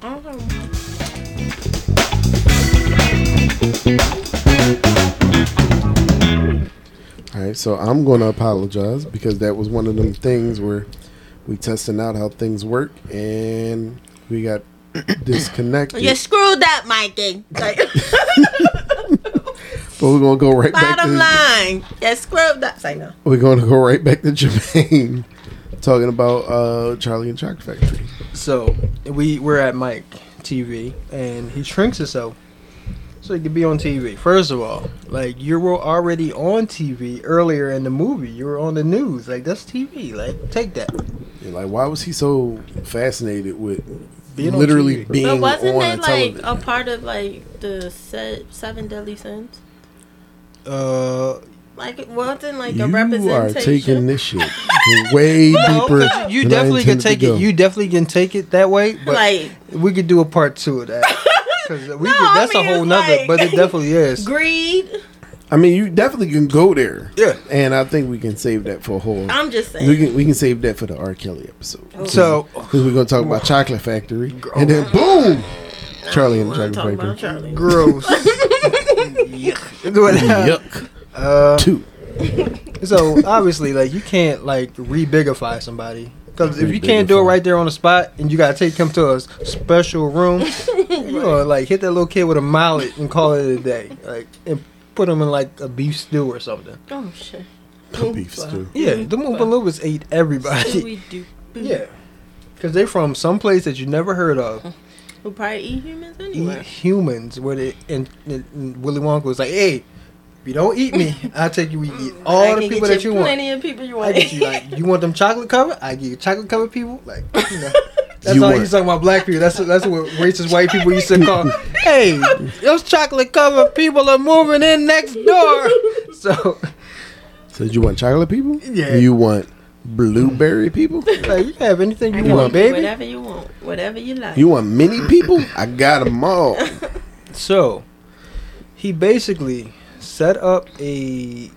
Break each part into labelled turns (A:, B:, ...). A: I don't know.
B: Mm-hmm.
C: All right, so I'm going to apologize because that was one of them things where we testing out how things work and we got disconnected.
A: You screwed up, Mikey. Like,
C: But we're gonna go right back.
A: bottom
C: To,
A: line, you screwed up. Say no.
C: We're gonna go right back to Jermaine talking about uh, Charlie and Chocolate Factory.
B: So we we're at Mike TV, and he shrinks himself so he could be on TV. First of all, like you were already on TV earlier in the movie. You were on the news. Like that's TV. Like take that.
C: And, like, why was he so fascinated with
B: Being on
C: literally
B: TV.
C: being
A: But wasn't
C: on
A: they like
C: television?
A: a part of like the se- seven deadly sins?
B: Uh,
A: Like it wasn't like a
C: you are
A: representation.
C: taking this shit way deeper.
B: no, you
C: than I
B: definitely can
C: intended to
B: take
C: go.
B: it. You definitely can take it that way. But
A: like
B: we could do a part two of that. 'Cause we
A: No,
B: could,
A: I
B: that's
A: mean,
B: a whole
A: it's
B: nother.
A: like-
B: but it definitely is.
A: greed.
C: I mean, you definitely can go there.
B: Yeah.
C: and I think we can save that for a whole.
A: I'm just
C: we
A: saying.
C: can we can save that for the R. Kelly episode.
B: So
C: Because we're gonna talk about Chocolate Factory, and then boom, Charlie and the
A: I'm talking about
C: Chocolate
A: Charlie.
C: Factory.
B: gross. Yuck.
C: Yuck.
B: Uh,
C: Two.
B: So obviously, like you can't like rebigify somebody because if you can't do it
C: Rebigify.
B: right there on the spot, and you gotta take him to a s- special room, you gonna like hit that little kid with a mallet and call it a day, like and put him in like a beef stew or something.
A: Oh shit.
C: Beef stew.
B: Yeah, the Moompa ate
A: What do
B: everybody.
A: we do?
B: Yeah, because they from some place that you never heard of.
A: We'll probably eat humans
B: Eat
A: anyway.
B: humans, where they and, and Willy Wonka was like, "Hey, if you don't eat me, I'll take you. We eat all
A: Mm. I
B: the
A: can
B: people
A: get
B: that you want."
A: plenty of people you
B: I
A: want.
B: get you like you want them chocolate covered? I get you chocolate covered people. Like you know. That's
C: You
B: all
C: want-
B: you talking about black people. That's that's what racist white people used to call. Hey, those chocolate covered people are moving in next door. So
C: So you want chocolate people?
B: Yeah.
C: You want blueberry people?
B: like you can have anything
A: I
B: you
A: can
B: want,
A: want
B: baby.
A: whatever you want, whatever you like.
C: You want mini people? I got them all.
B: So he basically set up a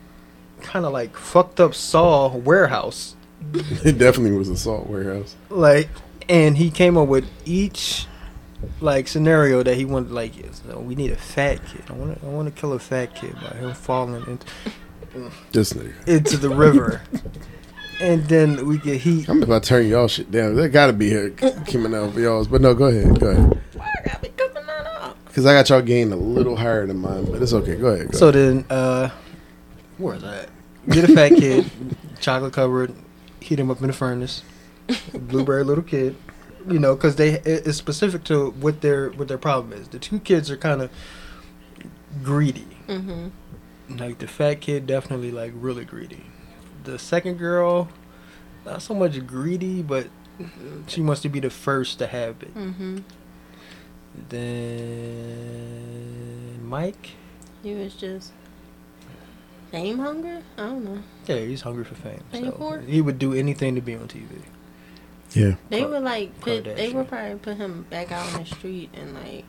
B: kind of like fucked up saw warehouse.
C: It definitely was a salt warehouse.
B: like and he came up with each like scenario that he wanted like yes, no, we need a fat kid i want to i want to kill a fat kid by him falling in,
C: This nigga.
B: into the river and then we get heat
C: I'm about to turn y'all shit down. That gotta be here coming out for y'all's. But no, go ahead. Go ahead.
A: Why I gotta be cooking that up?
C: Because I got y'all gained a little higher than mine, but it's okay. Go ahead. Go
B: so then uh where is that get a fat kid chocolate covered heat him up in the furnace blueberry little kid you know because they it- it's specific to what their what their problem is the two kids are kind of greedy
A: Mm-hmm.
B: Like the fat kid definitely like really greedy. The second girl, not so much greedy, but she wants to be the first to have it.
A: Mm-hmm.
B: Then Mike,
A: You was just fame hunger. I don't know.
B: yeah, he's hungry for fame.
A: Are you poor?
B: So he would do anything to be on TV.
C: ahead. Yeah.
A: They
B: Kar-
A: would like put, they
B: Kardashian.
A: would probably put him back out on the street and like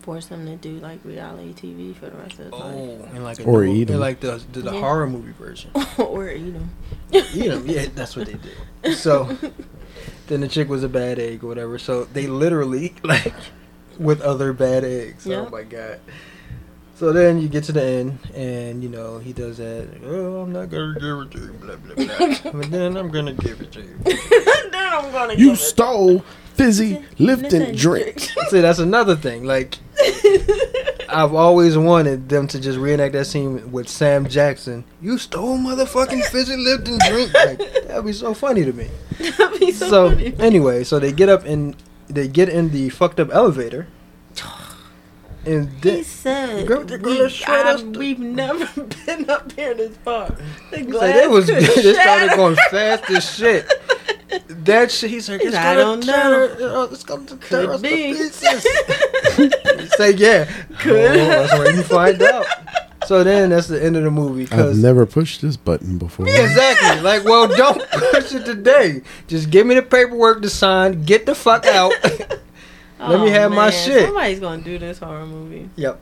A: force him to do like reality TV for the rest of his life
B: and like a
C: Or
B: double-
C: eat him.
B: and like the the, the
A: Yeah.
B: horror movie version.
A: or eat him.
B: eat him. Yeah, that's what they did. So then the chick was a bad egg or whatever. So they literally like with other bad eggs.
A: Yeah.
B: Oh my god. So then you get to the end, and you know he does that. Oh, I'm not gonna give it to you, blah blah blah. but then I'm gonna give it to you.
A: then I'm gonna
C: You
A: give it-
C: stole fizzy lifting drink.
B: See, that's another thing. Like I've always wanted them to just reenact that scene with Sam Jackson. You stole motherfucking fizzy Lipton drink. Like, that'd be so funny to me.
A: That'd be so,
B: so
A: funny.
B: anyway, so they get up and they get in the fucked up elevator, and
A: He
B: then
A: said,
B: Girl, they're gonna
A: we,
B: shut us th-
A: have never been up here this far. The
B: like it was
A: glass
B: it started
A: shattered.
B: going fast as shit. That shit, he's like,
A: He's
B: it's
A: like, I
B: gonna
A: don't
B: tear- uh, it's gonna tear us
A: Could
B: to
A: be.
B: pieces. Say yeah,
A: Could.
B: Oh, that's where you find out. So then that's the end of the movie.
C: I've
B: Cause
C: never pushed this button before.
B: Exactly. Like, well, don't push it today. Just give me the paperwork to sign. Get the fuck out. Let me
A: Oh,
B: have my
A: man,
B: shit.
A: Somebody's gonna do this horror movie.
B: Yep.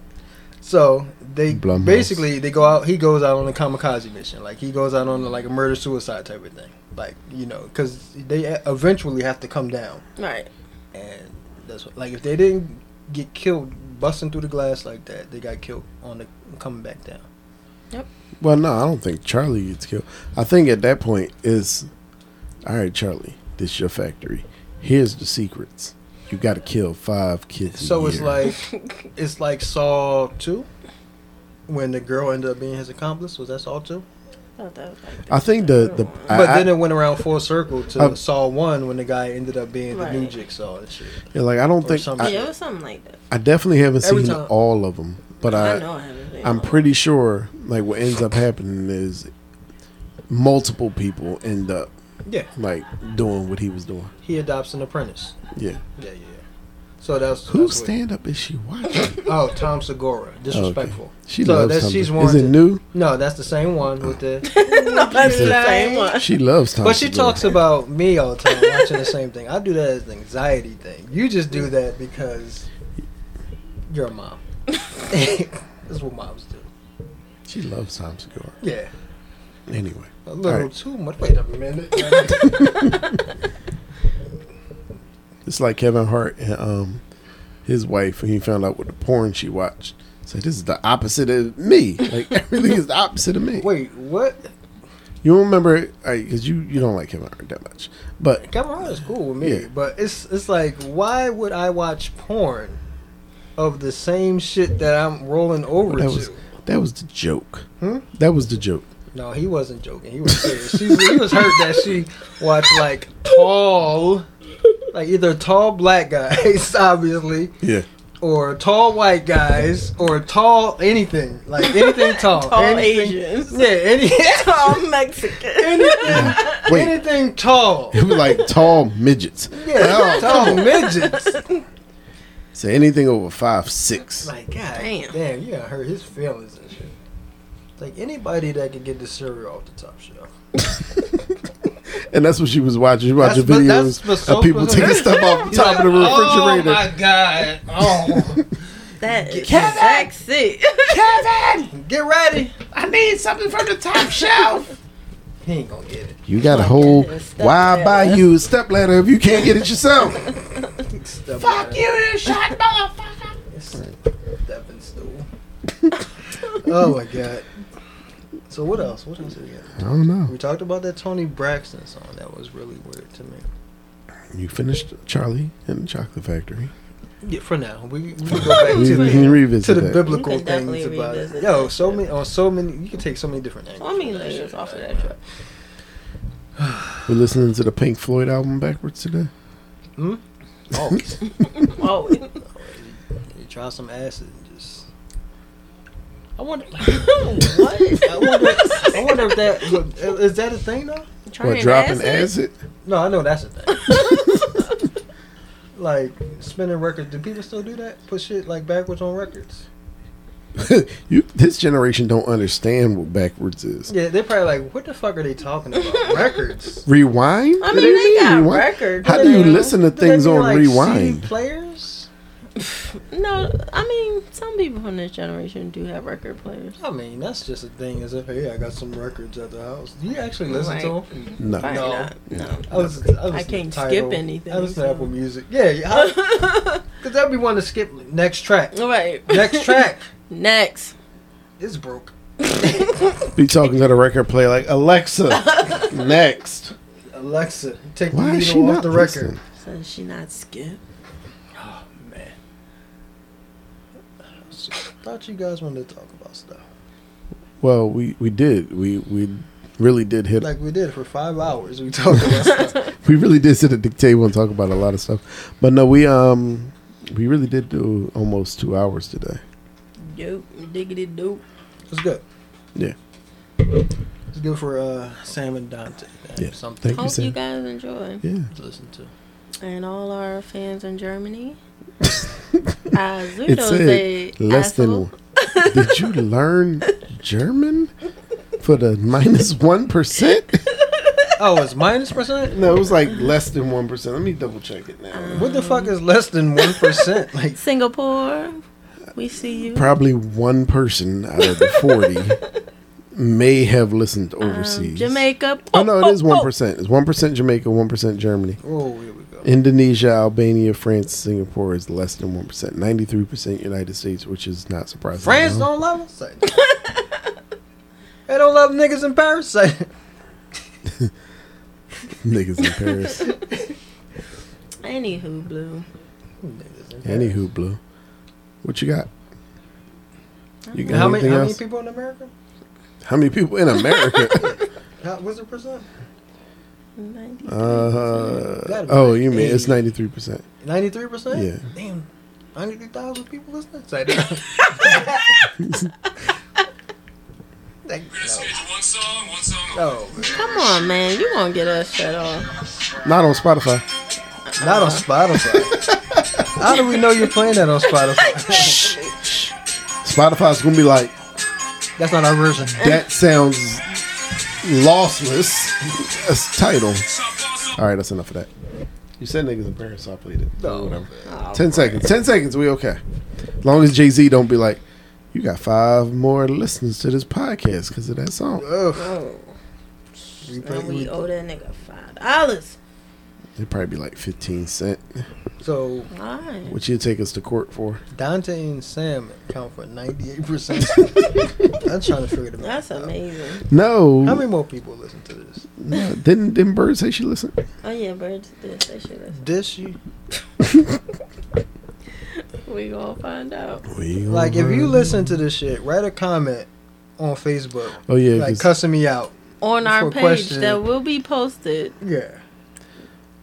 B: So they
C: Blumhouse.
B: basically they go out. He goes out on a kamikaze mission. Like he goes out on like a murder suicide type of thing. Like you know, because they eventually have to come down,
A: Right.
B: and That's what, like if they didn't get killed busting through the glass like that, they got killed on the coming back down.
C: Well, no, I don't think Charlie gets killed. I think at that point is, all right, Charlie, this your factory. Here's the secrets. You got to kill five kids. a
B: So it's
C: year.
B: like it's like Saw two, when the girl ended up being his accomplice. Was that Saw two?
A: thought that was like
C: I think the
A: third
C: the
A: one.
C: I,
B: but then
C: I-
B: it went around full circle to
C: Uh,
B: Saw one when the guy ended up being the new
A: Right.
B: Jigsaw and shit.
C: yeah, like I don't
B: or
C: think
B: something.
C: I,
A: yeah, it was something like that.
C: I definitely haven't
B: Every
C: seen
B: time-
C: all of them, but
A: I,
C: I,
A: know I haven't. seen
C: I'm
A: all of
C: pretty sure like what ends up happening is multiple people end up
B: Yeah,
C: like doing what he was doing.
B: he adopts an apprentice.
C: Yeah.
B: Yeah, yeah. So that's
C: Whose
B: that's what-
C: stand up is she watching?
B: Oh, Tom Segura, disrespectful.
C: She
B: So
C: loves
B: that's-
C: Tom.
B: she's
C: is it
B: warranted.
C: new?
B: No, that's the same one with the.
A: them. no, that's the same one.
C: She loves Tom.
B: But she
C: Segura.
B: talks about me all the time watching the same thing. I do that as an anxiety thing. You just do that because you're a mom. That's what moms do.
C: She loves Tom Segura.
B: Yeah.
C: Anyway,
B: A little
C: Alright.
B: too much. Wait a minute.
C: it's like Kevin Hart and um, his wife when he found out what the porn she watched. Said this is the opposite of me. Like everything is the opposite of me.
B: Wait, what?
C: You don't remember because you you don't like Kevin Hart that much, but
B: Kevin Hart is cool with me,
C: Yeah.
B: but it's it's like why would I watch porn of the same shit that I'm rolling over
C: that
B: to?
C: was that was the joke.
B: Hmm?
C: That was the joke.
B: No, he wasn't joking. He was serious. she, he was hurt that she watched like tall, like either tall black guys, obviously,
C: Yeah,
B: or tall white guys, or tall anything, like anything tall,
A: Tall
B: anything,
A: Asians.
B: yeah, any,
A: Tall Mexican.
B: anything,
C: Wait.
B: anything tall,
C: it was like tall midgets.
B: yeah, tall midgets.
C: So anything over five six.
B: Like God, damn,
A: Damn.
B: damn, you done hurt his feelings and shit. Like anybody that can get the cereal off the top shelf.
C: And that's what she was watching. She watching
B: That's- but that's
C: videos
B: for so-
C: of people taking stuff off the
B: He's
C: top of the
B: like, Oh
C: refrigerator.
B: my God! Oh.
A: That is
B: Kevin!
A: sexy.
C: Kevin,
B: Get ready.
C: I need something from the top shelf.
B: He ain't gonna get it.
C: You got a
A: Fuck
C: whole
A: it, step
C: why
A: ladder.
C: buy you a step ladder if you can't get it yourself?
B: Fuck you.
C: you shot motherfucker.
B: Stepping stool. oh my god. So what else? What else we got?
C: I don't know.
B: We talked about that Tony Braxton song. That was really weird to me.
C: You finished Charlie and the Chocolate Factory.
B: Yeah, for now we, we can go back
C: We
B: to
C: we can
B: the, to
C: revisit
B: the
C: that.
B: biblical
A: You can definitely
B: things about it.
A: revisit
B: Yo,
A: that
B: so
A: shit.
B: many on so many. You can take so many different angles.
A: I mean,
B: from that
A: layers
B: shit,
A: off of
B: right?
A: that truck.
C: We're listening to the Pink Floyd album backwards today.
B: Always.
A: Oh,
B: you try some acid and just. I wonder.
A: what?
B: I wonder, I wonder if that is that a thing though.
C: What dropping acid?
B: No, I know that's a thing. like spinning records, do people still do that? Put shit like backwards on records?
C: you this generation don't understand what backwards is.
B: Yeah, they're probably like, what the fuck are they talking about? records?
C: Rewind?
A: I
C: What do
A: mean,
C: you
A: they got
C: rewind?
A: records.
C: How do you
A: now.
C: listen to
B: Do they
C: things
B: do,
C: on
B: like, CD
C: rewind?
B: players?
A: No, I mean, some people from this generation do have record players.
B: I mean, that's just a thing. As if, hey, I got some records at the house. Do you actually listen to 'em? to them?
C: No.
A: Probably
B: No. Oh,
A: not. No.
B: I, listen, I, listen
A: I can't
B: to Tidal.
A: skip anything,
B: I listen
A: so.
B: to Apple Music. Yeah, yeah. Because that'd be one to skip next track.
A: Right.
B: Next track.
A: Next.
B: It's broke.
C: Be talking to the record player like Alexa. next.
B: Alexa, take
C: Why
B: the
C: is she
B: needle off
C: not
B: the
C: listening?
B: record.
A: So she not skip.
B: Oh man. Thought you guys wanted to talk about stuff.
C: Well, we we did. We we really did hit.
B: Like we did for five hours. We talked about stuff.
C: we really did sit at the table and talk about a lot of stuff. But no, we um we really did do almost two hours today.
A: Dope. Diggity dope.
B: It's good.
C: Yeah.
B: It's good for uh, Sam and Dante. Man.
C: Yeah.
B: Something
C: Thank
A: Hope
C: Sam.
A: you guys enjoy.
C: Yeah.
B: to listen to.
A: And all our fans in Germany.
C: It
A: Azudos
C: said less than one. Did you learn German for the minus one percent?
B: Oh, it's minus percent?
C: No, it was like less than one percent. Let me double check it now.
B: What the fuck is less than one percent? Like
A: Singapore. We see you.
C: Probably one person out of the forty may have
A: Um,
C: listened overseas.
A: Jamaica. oh,
C: Oh no, it is one percent. It's one percent Jamaica, one percent Germany.
B: oh here we go.
C: Indonesia, Albania, France, Singapore is less than one percent. Ninety-three percent United States, which is not surprising. at
B: France
C: all.
B: don't love us. they don't love niggas in Paris.
C: niggas in Paris.
A: Anywho, blue.
C: Anywho, blue. What you got? You got
B: How many,
C: anything
B: how many
C: else?
B: people in America?
C: how many people in America?
B: How, what's the percent?
C: uh, oh, you mean it's ninety-three percent?
B: Ninety-three percent.
C: Yeah.
B: Damn. Ninety-three thousand people listening. Say that. Like,
D: One song, one song.
B: no, no,
A: Come on, man. You won't get us shut off.
C: Not on Spotify.
B: not on Spotify. How do we know you're playing that on Spotify?
C: Spotify's gonna be like
B: That's not our version.
C: that sounds lossless. That's title. All right, that's enough of that. You said niggas in Paris, so I played it.
B: No.
C: whatever.
A: Oh,
C: Ten seconds. Ten seconds. We okay. As long as Jay Z don't be like, you got five more listeners to this podcast because of that song.
B: Ugh.
A: oh.
B: We play-
A: Now we
B: we-
A: owe that nigga five dollars.
C: It'd probably be like fifteen cent,
B: So
A: Why?
C: which you'd take us to court for.
B: Dante and Sam count for ninety-eight percent. I'm trying to figure them out.
A: That's
B: out.
A: amazing.
C: No,
B: How many more people listen to this?
C: no. Didn't didn't Bird say she listened?
A: Oh yeah, birds did say shit.
B: This you
A: We gonna find out.
B: like if you listen to this shit, write a comment on Facebook.
C: Oh yeah,
B: like
C: 'cause
B: cussing me out.
A: On our
B: For
A: page
B: question.
A: that will be posted.
B: Yeah.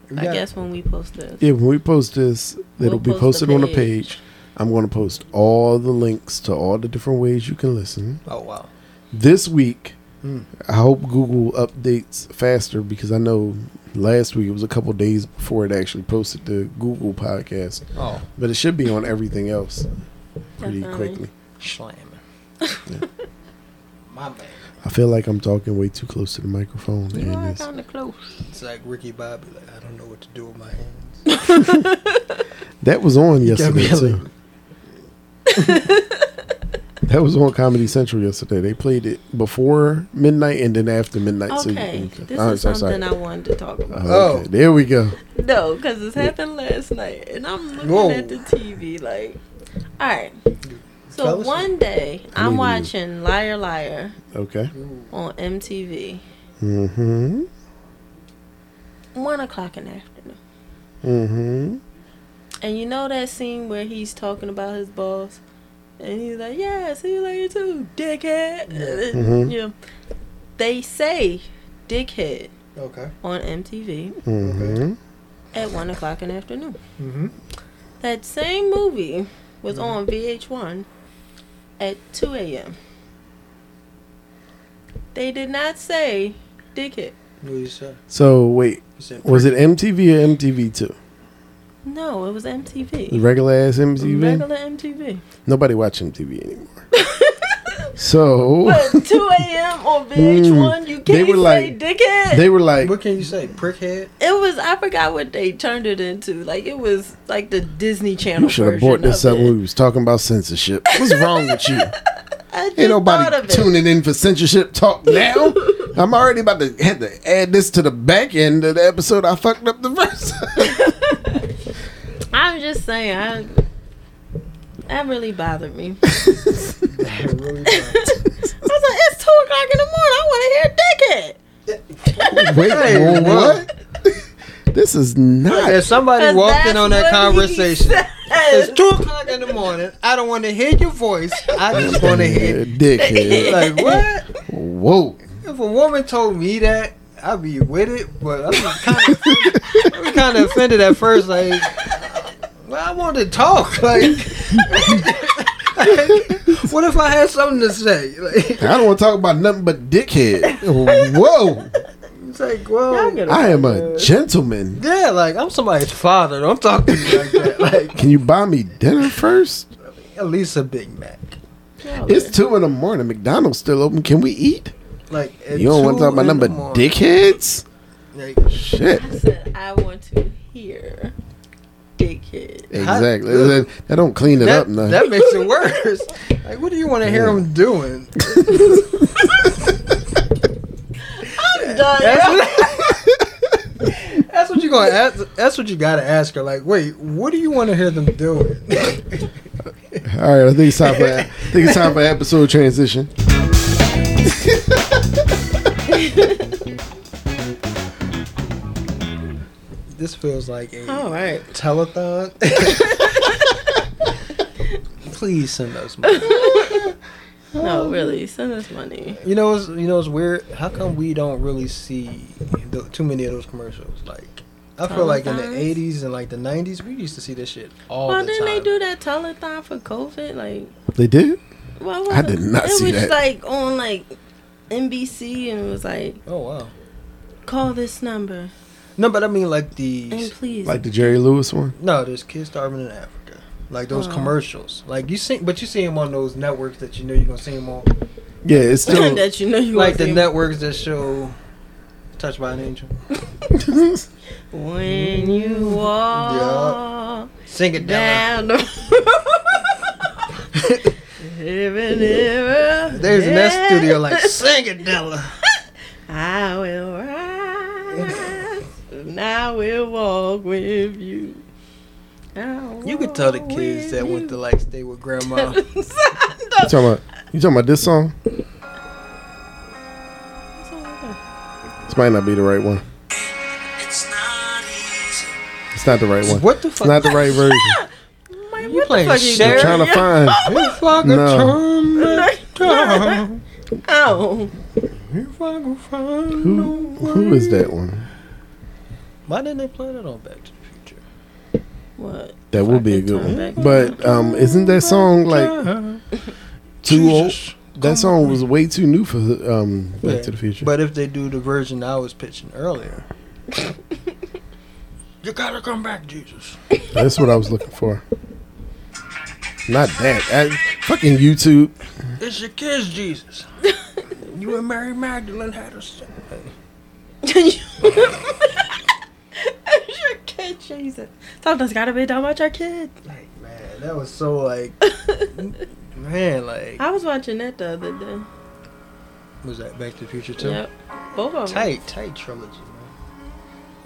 B: We
A: I
B: got-
A: guess when we post this.
C: yeah. When we post this, it'll
A: We'll
C: be
A: post the
C: posted on the
A: page.
C: page. I'm going to post all the links to all the different ways you can listen.
B: Oh wow.
C: this week
B: Mm.
C: i hope google updates faster because i know last week it was a couple days before it actually posted the google podcast
B: Oh,
C: but it should be on everything else pretty
A: Definitely.
C: quickly
B: slamming. My man.
C: i feel like i'm talking way too close to the microphone
A: You
C: and
A: are
C: it's,
A: kinda close.
B: It's like Ricky Bobby. Like I don't know what to do with my hands.
C: that was on yesterday
B: Gabriella.
C: too that was on comedy central yesterday they played it before midnight and then after midnight so you
A: Okay,
C: can-
A: this
C: I'm
A: is
C: so
A: something I wanted to talk about.
C: Oh, okay.
B: Oh.
C: there we go
A: No, because this happened last night, and I'm looking
B: Whoa.
A: at the TV like, all right. So
B: Fell asleep.
A: one day
C: I need
A: I'm
C: you.
A: watching Liar Liar
C: okay
A: on MTV,
C: mm-hmm
A: one o'clock in the afternoon,
C: mm-hmm
A: and you know that scene where he's talking about his boss, and he's like, "Yeah, see you later too, dickhead."
C: Mhm.
A: Yeah, they say "dickhead"
B: Okay.
A: on MTV
C: mm-hmm
A: at one o'clock in the afternoon.
B: Mm-hmm.
A: That same movie was on VH1 at 2 a.m. They did not say dickhead.
B: What you said?
C: so wait
B: You said
C: Was it MTV or MTV two?
A: No, it was
C: The
A: MTV.
C: regular ass MTV.
A: Regular MTV.
C: Nobody watch MTV anymore. so
A: But 2 a.m. on VH1, you can't
C: They were
A: say
C: like-
A: dickhead.
C: they were like,
B: What can you say? Prickhead.
A: it was, I forgot what they turned it into. Like, it was like the Disney Channel.
C: "You should have
A: version
C: brought this
A: of
C: up
A: it.
C: when we was talking about censorship. What's wrong with you?
A: I just thought
C: Ain't nobody
A: of it.
C: tuning in for censorship talk now. I'm already about to have to add this to the back end of the episode. I fucked up the verse.
A: I'm just saying, I, that really bothered me.
B: That really bad.
A: I was like, it's two o'clock in the morning. I want to hear dickhead.
C: Wait,
B: Hey,
C: whoa,
B: what?
C: what? this is
B: If
C: not.
B: somebody
A: Because
B: walked
A: that's
B: in on that
A: what he
B: conversation,
A: said.
B: it's two o'clock in the morning. I don't want to hear your voice. I just want to hear.
C: Dickhead.
B: Like what?
C: Whoa.
B: If a woman told me that, I'd be with it, but I'd be kind of offended at first. Like, well, I wanted to talk. Like, what if I had something to say? Like,
C: I don't want to talk about nothing but dickhead. Whoa.
B: it's like, well,
A: Y'all get
C: I am a gentleman.
B: yeah, like I'm somebody's father. Don't talk to me like that. Like,
C: Can you buy me dinner first?
B: at least a Big Mac.
C: It's two in the morning. McDonald's still open. Can we eat?
B: Like, at
C: You don't want
B: two
C: to talk about
B: in
C: nothing
B: the
C: but
B: morning.
C: dickheads?
B: Like,
C: Shit.
A: I said I want to hear dickhead.
C: Exactly. That, that don't clean it
B: that,
C: up nothing.
B: that makes it worse. Like, what do you want to hear him doing?
A: I'm done.
B: That's what, that's what you you gonna ask. That's what you gotta ask her. Like, wait, what do you want to hear them doing?
C: All right, I think it's time for I think it's time for episode transition.
B: this feels like a
A: All right.
B: telethon. Please send us money.
A: No, really. Send us money.
B: You know, it's you know, it's weird. How come we don't really see the, too many of those commercials? Like, I feel like in the
A: Telethons?
B: '80s and like the '90s, we used to see this shit all
A: well,
B: the
A: didn't
B: time.
A: they do that telethon for COVID? Like,
C: They did.
A: well,
C: I did not
A: it
C: see
A: was
C: that.
A: like on like NBC and it was like
B: oh wow.
A: call this number
B: No, but I mean like
A: and
B: the
A: please.
C: Like the Jerry Lewis one.
B: no, there's kids starving in Africa. Like those
A: Oh.
B: commercials. Like you see, but you see them on those networks that you know you're gonna see them on.
C: Yeah, it's still
A: that you know you
B: like the
A: wasn't-
B: networks that show Touched by an Angel.
A: when you walk
B: Sing it down.
A: down the heaven, heaven,
B: There's in that
A: heaven,
B: studio like sing it, Della.
A: I will rise and I will walk with you. I'll
B: You could tell the
A: walk
B: kids
A: with
B: that went to
A: you.
B: like stay with grandma.
C: You talking about you talking about this song? This might not be the right one.
D: It's not easy.
C: It's not the right one.
B: what the
C: It's
B: fuck?
C: not the right version.
A: Mike,
B: You
A: what
B: playing
A: the fuck you
B: Cher?
C: I'm
A: doing?
C: trying to find.
B: You fucking
C: No.
B: turn it down.
A: Oh,
B: You fucking find
C: Who,
B: a
C: who is
B: way.
C: that one?
B: Why didn't they play that on Back to the Future?
A: what?
C: That would be a
A: Fucking
C: good
A: turn back
C: one. But um, isn't that song like too old? That song was way too new for um, Back
B: Yeah.
C: to the Future.
B: But if they do the version I was pitching earlier, you gotta come back, Jesus.
C: That's what I was looking for. Not that. I, fucking YouTube.
B: It's your kids, Jesus. you and Mary Magdalene had a son.
A: your kid, Jesus. Something's gotta be done about your kid.
B: Like, man, that was so like, man, like,
A: I was watching that the other day.
B: was that Back to the Future too?
A: Yep. Both of them.
B: Tight, tight trilogy, man.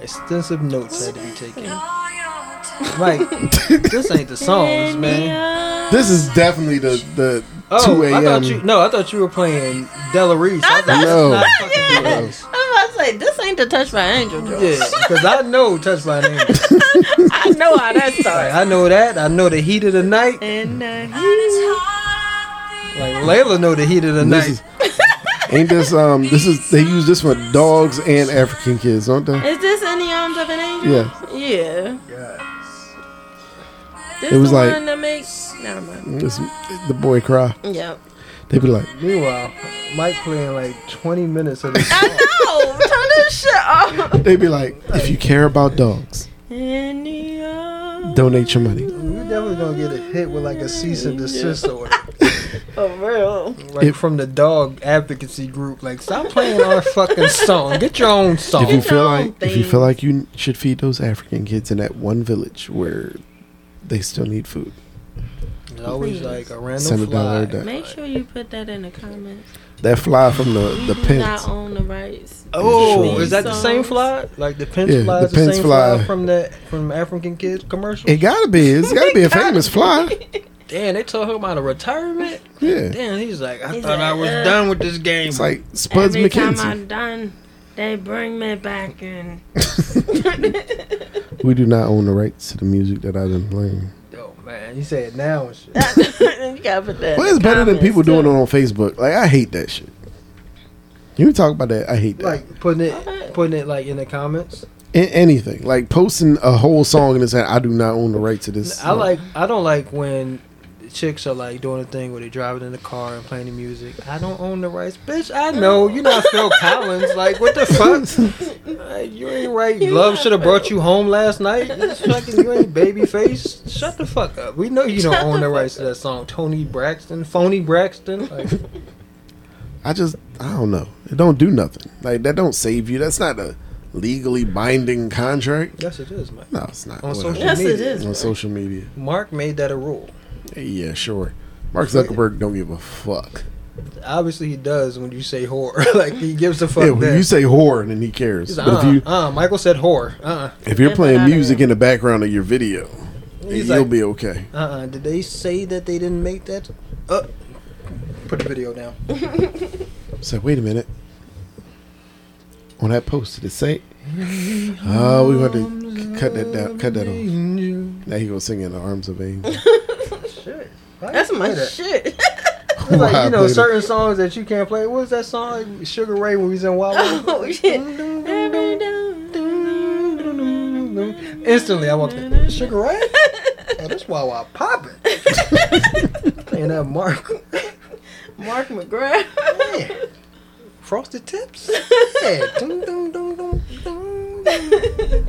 B: Extensive notes had to be taken. Like, this ain't the songs, man.
C: This is definitely the the
B: Oh,
C: 2
B: I thought you.
C: a.m.
B: No, I thought you were playing Della Reese. I thought
C: No.
B: that's not fucking Della
A: Yeah.
B: Reese.
A: I was about to say, this ain't the Touch by Angel joke.
B: Yeah, because I know Touch My Name. Like,
A: I know how that started.
B: I know that. I know the heat of the night.
A: And uh, he-
B: Like Layla know the heat of the
C: This
B: night.
C: is, ain't this um this is they use this for dogs and African kids, don't they?
A: is this in the arms of an angel?
C: Yeah.
A: Yeah. This
C: It was
A: the
C: like-
A: one that makes. Never mind.
C: This, the boy cry.
A: Yep.
C: They be like,
B: Meanwhile, Mike playing like 20 minutes of this.
A: I know. Turn this shit off.
C: they be like, if you care about dogs,
A: In the arms.
C: donate your money.
B: we definitely gonna get a hit with like a cease and desist order,
A: For real.
B: like from the dog advocacy group. Like, stop playing our fucking song. Get your own
C: If you
B: song.
C: feel
A: your
C: like
A: own
C: if you
A: thing.
C: feel like you should feed those African kids in that one village where they still need food,
B: It's always like a
C: Send
B: random
C: a dollar
B: fly.
C: a day.
A: Make sure you put that in the comments.
C: that fly from the the
A: You do
C: pens.
A: not own the rights.
B: Oh,
C: Sure.
B: is that the same
A: Songs.
B: fly? Like the pinch
C: Yeah,
B: fly
C: the
B: is the
C: pinch
B: same
C: fly.
B: fly. from that from African Kids commercial?
C: It gotta be. It's gotta be a famous fly.
B: Damn, they told him about a retirement.
C: Yeah.
B: Damn, he's like, I
A: He's
B: thought I
A: like,
B: was
A: uh,
B: done with this game.
C: It's like Spuds
A: Every time
C: McKenzie.
A: I'm done, they bring me back in.
C: We do not own the rights to the music that I've been playing.
B: oh man, he said now and shit.
A: you gotta put that.
C: Well,
A: in
C: it's
A: the
C: better than
A: comments,
C: people doing it
A: too.
C: on Facebook. Like I hate that shit. You talk about that. I hate that.
B: Like putting it, putting it like in the comments.
C: A- anything. Like posting a whole song and saying I do not own the right to this.
B: I
C: song."
B: like. I don't like when chicks are like doing a thing where they driving in the car and playing the music. I don't own the rights, bitch. I know you're not Phil Collins. Like what the fuck? Like, you ain't right.
A: You
B: Love
A: not
B: should have brought you home last night. This fucking you ain't babyface. Shut the fuck up. We know you don't
A: Shut
B: own
A: the
B: the
A: fuck
B: rights to that song. Tony Braxton, phony Braxton. Like,
C: I just I don't know. It don't do nothing. Like that don't save you. That's not a legally binding contract.
B: yes, it is, man.
C: No, it's not.
B: On
C: Whatever.
B: social
A: Yes, it
B: media.
A: is.
C: On social media.
B: Mark made that a rule.
C: Yeah, sure. Mark Zuckerberg don't give a fuck.
B: Obviously, he does when you say whore. like he gives a fuck.
C: yeah,
B: Yeah,
C: when you say whore and then he cares.
B: He's
C: But
B: like, uh,
C: if you
B: uh, Michael said whore. Uh,
C: if you're
A: Yeah, but
C: playing
A: I don't
C: music
A: know.
C: in the background of your video,
B: He's
C: you'll
B: like-
C: be okay.
B: uh, uh. Did they say that they didn't make that? Uh, put the video down.
C: So wait a minute. On that post, did it say? Oh, we want to cut that down. Cut that off. Now he gonna sing in the arms of angels.
B: Shit. Why
A: That's
B: you
A: my
B: play that?
A: shit.
B: It's Like
C: Why
B: you
C: I
B: know,
C: played it.
B: certain songs that you can't play. What was that song? Like Sugar Ray when we was in Wild.
A: Oh, shit.
B: Instantly, I want to Sugar Ray. Oh, that's why I popping. Playing that Mark.
A: Mark McGrath.
B: Yeah. Frosted tips. Yeah. Dun, dun, dun, dun, dun, dun.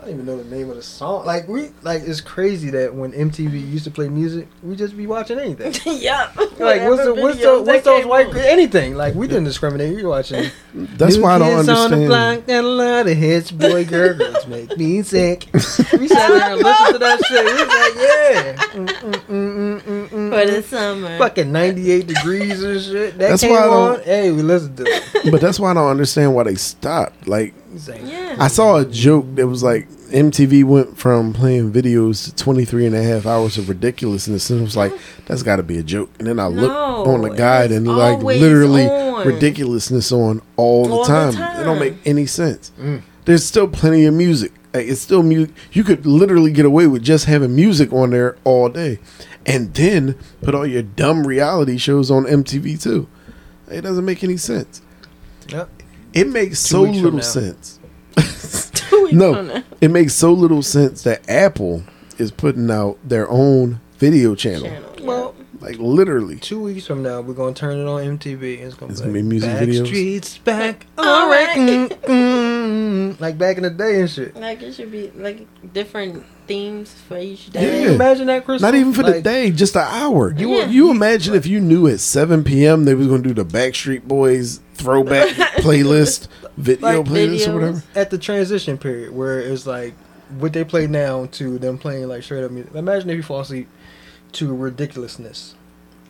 B: I don't even know the name of the song. Like we, like it's crazy that when MTV used to play music, we just be watching anything.
A: yup.
B: Like what's the, what's the, what's those white anything? Like we didn't discriminate. We watching.
C: That's
B: New
C: why I don't
B: kids On the
C: understand.
B: block, got a lot of hits, boy, girl, girls make me sick. We sat there and listened to that shit. We was like, yeah, Mm, mm, mm, mm, mm,
A: For
B: mm,
A: the summer.
B: fucking ninety eight degrees and shit. That
C: That's
B: came
C: why I
B: on.
C: don't-
B: Hey, we listened to it.
C: But that's why I don't understand why they stopped. Like
B: He's like,
A: Yeah.
C: I saw a joke that was like MTV went from playing videos to 23 and a half hours of ridiculousness and it was like that's got to be a joke and then I looked
A: No,
C: on the guide and
A: it's
C: like
A: always
C: literally
A: on.
C: ridiculousness on all,
A: All
C: the,
A: the
C: time. it don't
A: time.
C: make any sense
B: Mm.
C: there's still plenty of music like, it's still music you could literally get away with just having music on there all day and then put all your dumb reality shows on MTV too it doesn't make any sense
B: Yep.
C: it makes
B: Two
C: so
B: weeks from
C: little
B: now.
C: sense
A: Two weeks from
C: no,
A: now.
C: it makes so little sense that Apple is putting out their own video channel.
A: Channel, yeah.
B: Well,
C: Like literally,
B: two weeks from now, we're gonna turn it on MTV. And it's gonna
C: It's
B: be,
C: gonna be
B: like,
C: music
B: back
C: videos?
B: Streets back, all right, mm, mm, mm, like back in the day and shit.
A: like it should be like different themes for each
B: Can
A: day.
B: you
C: Yeah.
B: imagine that, Chris?
C: not even for the
B: Like,
C: day, just an hour. You
A: Yeah.
C: you imagine if you knew at seven p.m. they was gonna do the Backstreet Boys throwback playlist video
B: Like
C: playlist or
A: videos.
C: whatever.
B: at the transition period where it's like what they play now to them playing like straight up music. Imagine if you fall asleep to ridiculousness,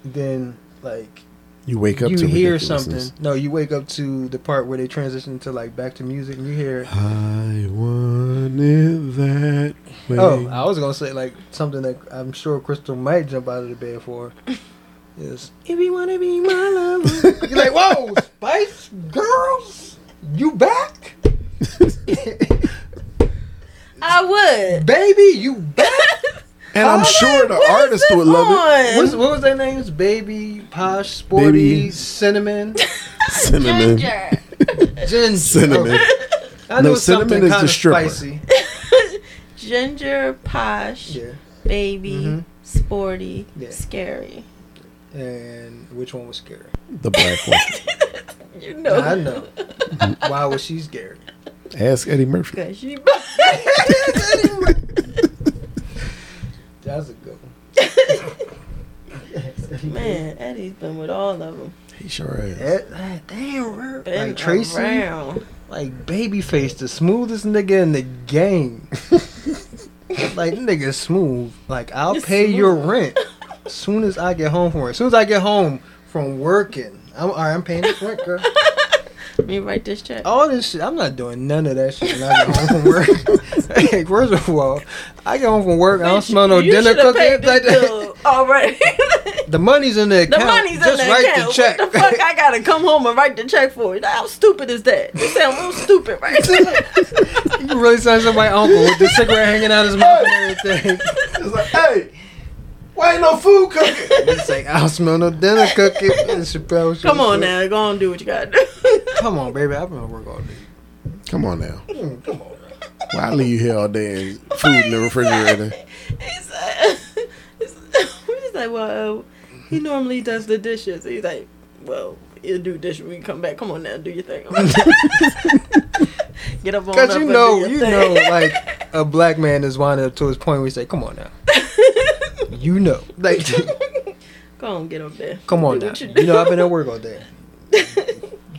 B: then like
C: You wake up
B: you
C: to
B: hear
C: ridiculousness.
B: something. No, you wake up to the part where they transition to like back to music, and you hear.
C: I wanted that way.
B: Oh, I was gonna say like something that I'm sure Crystal might jump out of the bed for. Is if you wanna be my lover, you're like, whoa, Spice Girls, you back,
A: I would.
B: baby, you back.
C: and I'm
B: How
C: sure the artist would love it.
A: on?
B: What's, what was their names? Baby, Posh, Sporty,
C: Baby.
B: Cinnamon,
C: Cinnamon.
A: Ginger.
B: Ginger.
C: Cinnamon.
B: Okay. I
C: No,
B: know
C: cinnamon
B: something
C: is the
B: kinda
C: stripper.
B: Spicy.
A: Ginger, posh,
B: Yeah.
A: baby,
B: Mhm.
A: sporty,
B: Yeah.
A: scary.
B: And which one was scary?
C: The black one.
A: You know.
B: I know. Why was she scared?
C: Ask Eddie Murphy.
A: Cause she
B: That's a good one.
A: Man, Eddie's been with all of them.
C: He sure is.
B: That- that- Damn, her.
A: Been
B: like Tracy,
A: around.
B: like Babyface, the smoothest nigga in the game. like nigga smooth. Like I'll
A: It's
B: pay your
A: smooth.
B: rent soon as I get home from work. soon as I get home from working, I'm all right, I'm paying this rent, girl.
A: Let me write this check.
B: All this shit, I'm not doing none of that shit when I get home from work. Like, first of all, I get home from work, I don't
A: Bitch,
B: smell no
A: you
B: dinner
A: shoulda paid
B: cooking.
A: this
B: Like,
A: dude already.
B: the money's in the
A: the
B: account.
A: money's
B: Just
A: in the
B: write
A: account.
B: the check.
A: What the fuck? I gotta come home and write the check for it. How stupid is that? You sound real stupid, right?
B: you really sound like my uncle with the cigarette hanging out his mouth and everything.
C: It's like, hey, why ain't no food cooking?
B: It's like, I don't smell no dinner cooking. And Chappelle
A: Come on
B: should've
A: now, go on and do what you gotta do.
B: said, Come on, baby. I've been at work all day.
C: Come on now.
B: Mm, Come on.
C: Why leave you here all day and food in the refrigerator?
A: He's like, we're just like, well, uh, he normally does the dishes. He's like, well, he'll do dishes when we come back. Come on now, do your thing. I'm like, Get up on
B: Because
A: up
B: you
A: and do
B: know,
A: your
B: you know,
A: thing.
B: like, a black man is winding up to his point where he's like, come on now. You know. Like,
A: Go on, get up there.
B: come on
A: Do
B: now.
A: what
B: You,
A: you do.
B: know, I've been at work all day. You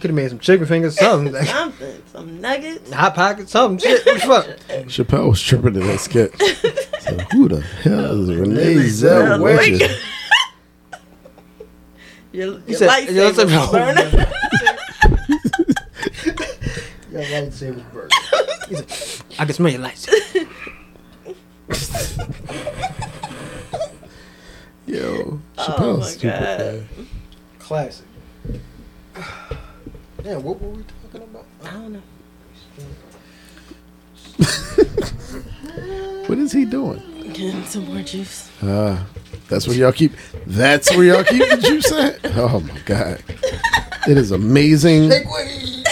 B: could have made some chicken fingers, something. Like,
A: Something, some nuggets.
B: hot pocket, something. Shit, what the fuck?
C: Chappelle was tripping in that sketch. So who the hell is Renee
A: Oh
B: Renee Zellweger?
C: Zellweger?
A: Your, your
B: said-
A: lightsaber's
B: your lightsaber-
A: burning.
B: Your lightsaber's burning. He said, I can smell your lightsaber.
C: Yo,
A: Oh, my
C: Chappelle's stupid.
A: God.
C: man.
B: Classic. Damn, what were we talking about?
A: I don't know.
C: What is he doing?
A: Get him some more juice.
C: Ah, that's where y'all keep. That's where y'all keep the juice at. Oh my god, it is amazing. It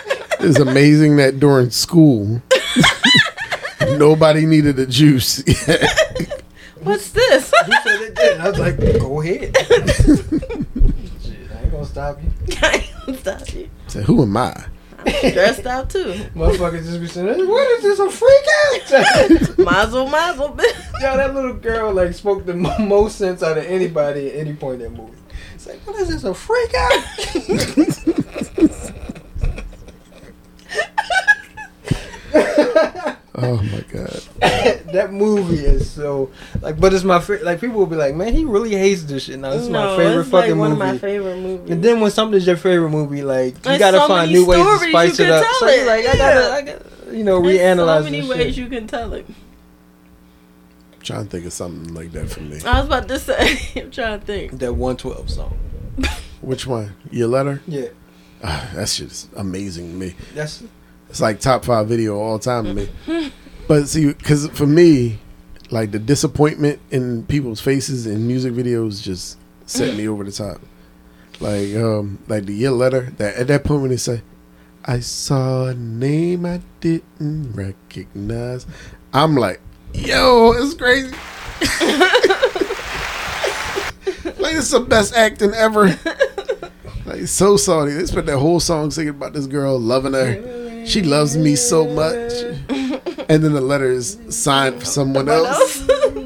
C: is amazing that during school, nobody needed a juice.
A: What's this?
B: You said it did. I was like, go ahead. Shit, I ain't gonna stop you.
A: Can't stop you.
C: so who am I?
A: Dressed out too.
B: Motherfuckers just be saying, "Hey, what is this, a freak out?
A: Mazel, mazel, bitch.
B: Yo, that little girl, like, spoke the mo- most sense out of anybody at any point in that movie. It's like, what is this, a freak out?
C: Oh my god.
B: that movie is so like, but it's my favorite. Like people will be like, "Man, he really hates this shit." Now this is my favorite
A: it's like
B: fucking
A: one
B: movie.
A: of my favorite movies.
B: and then when something's your favorite movie, like you
A: There's
B: gotta
A: so
B: find
A: many
B: new ways to
A: stories
B: spice
A: you
B: it
A: can
B: up.
A: tell
B: So you're
A: it.
B: like, I gotta, I gotta, you know,
A: There's
B: reanalyze
A: so many
B: this
A: ways
B: shit.
A: you can tell it.
C: I'm trying to think of something like that for me.
A: I was about to say, I'm trying to think.
B: that one twelve song.
C: Which one? Your letter?
B: Yeah,
C: Ah, that shit is amazing to me.
B: that's
C: It's like top five video of all time to me. But see, because for me, like the disappointment in people's faces in music videos just set me over the top. Like, um, like the year letter that at that point when they say, "I saw a name I didn't recognize," I'm like, "Yo, it's crazy." like it's the best acting ever. Like so sorry, they spent that whole song singing about this girl loving her. She loves me so much, and then the letter is signed for someone
A: What
C: else.
A: else?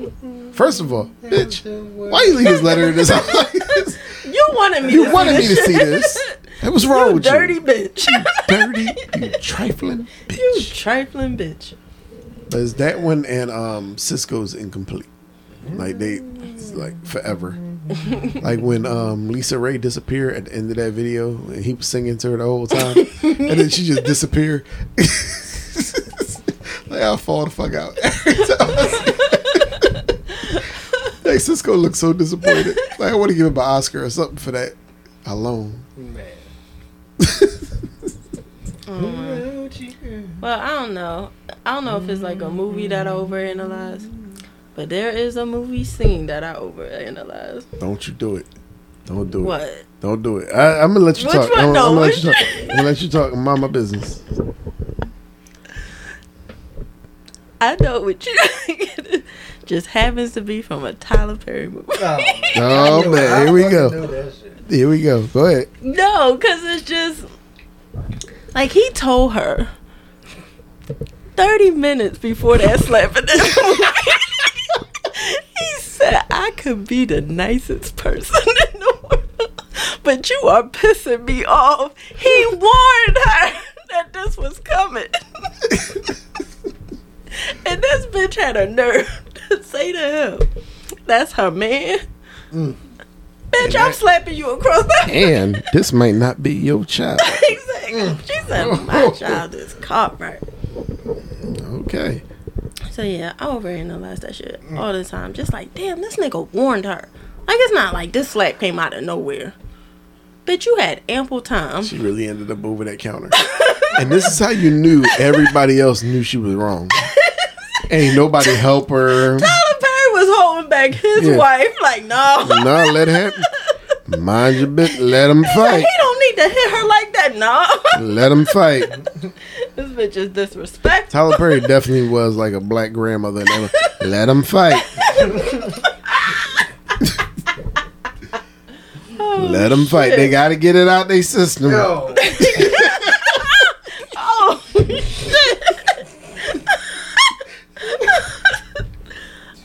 C: First of all, bitch, why you leave this letter in this house like this?
A: you wanted me.
C: You
A: to
C: wanted me
A: see
C: to
A: this
C: see
A: shit.
C: this. That was wrong
A: you
C: with
A: dirty
C: you.
A: bitch.
C: Dirty, you trifling
A: you
C: bitch.
A: trifling bitch.
C: There's that one and um Cisco's incomplete. Like they it's like forever. like when um Lisa Ray disappeared at the end of that video and he was singing to her the whole time and then she just disappeared. like I'll fall the fuck out. every time. like Cisco looks so disappointed. Like I wanna give him an Oscar or something for that alone.
B: man.
A: Mm-hmm. Well, I don't know. I don't know if it's like a movie that I overanalyze, but there is a movie scene that I overanalyze.
C: Don't you do it. Don't do it.
A: What?
C: Don't do it. I, I'm gonna let you
A: Which
C: talk.
A: one?
C: I'm, I'm
A: No,
C: gonna let
A: which-
C: you talk. I'm gonna let you talk. Mind my business.
A: I know what you just happens to be from a Tyler Perry movie.
B: Oh, man.
C: Oh man, here we go. Here we go. Go ahead.
A: No, because it's just like he told her 30 minutes before that slap in the He said, I could be the nicest person in the world, but you are pissing me off. He warned her that this was coming. and this bitch had a nerve to say to him, That's her man.
B: Mm.
A: Bitch, I'm slapping you across the
C: And this might not be your child. Mm.
A: exactly. She said, "My child is Cartwright."
C: Okay.
A: So yeah, I overanalyze that shit
C: Mm.
A: all the time. Just like, damn, this nigga warned her. Like it's not like this slap came out of nowhere. Bitch, you had ample time.
C: She really ended up over that counter. And this is how you knew everybody else knew she was wrong. Ain't nobody help her.
A: Tyler Perry was holding back his
C: Yeah.
A: wife. Like, no,
C: Nah, let it happen. Mind your bit. Let them fight.
A: he don't need to hit her like that. No,
C: Let them fight.
A: this bitch is disrespectful.
C: Tyler Perry definitely was like a black grandmother. in that one. Let them fight. Let them fight. They got to get it out their system.
B: Yo,
A: Oh shit!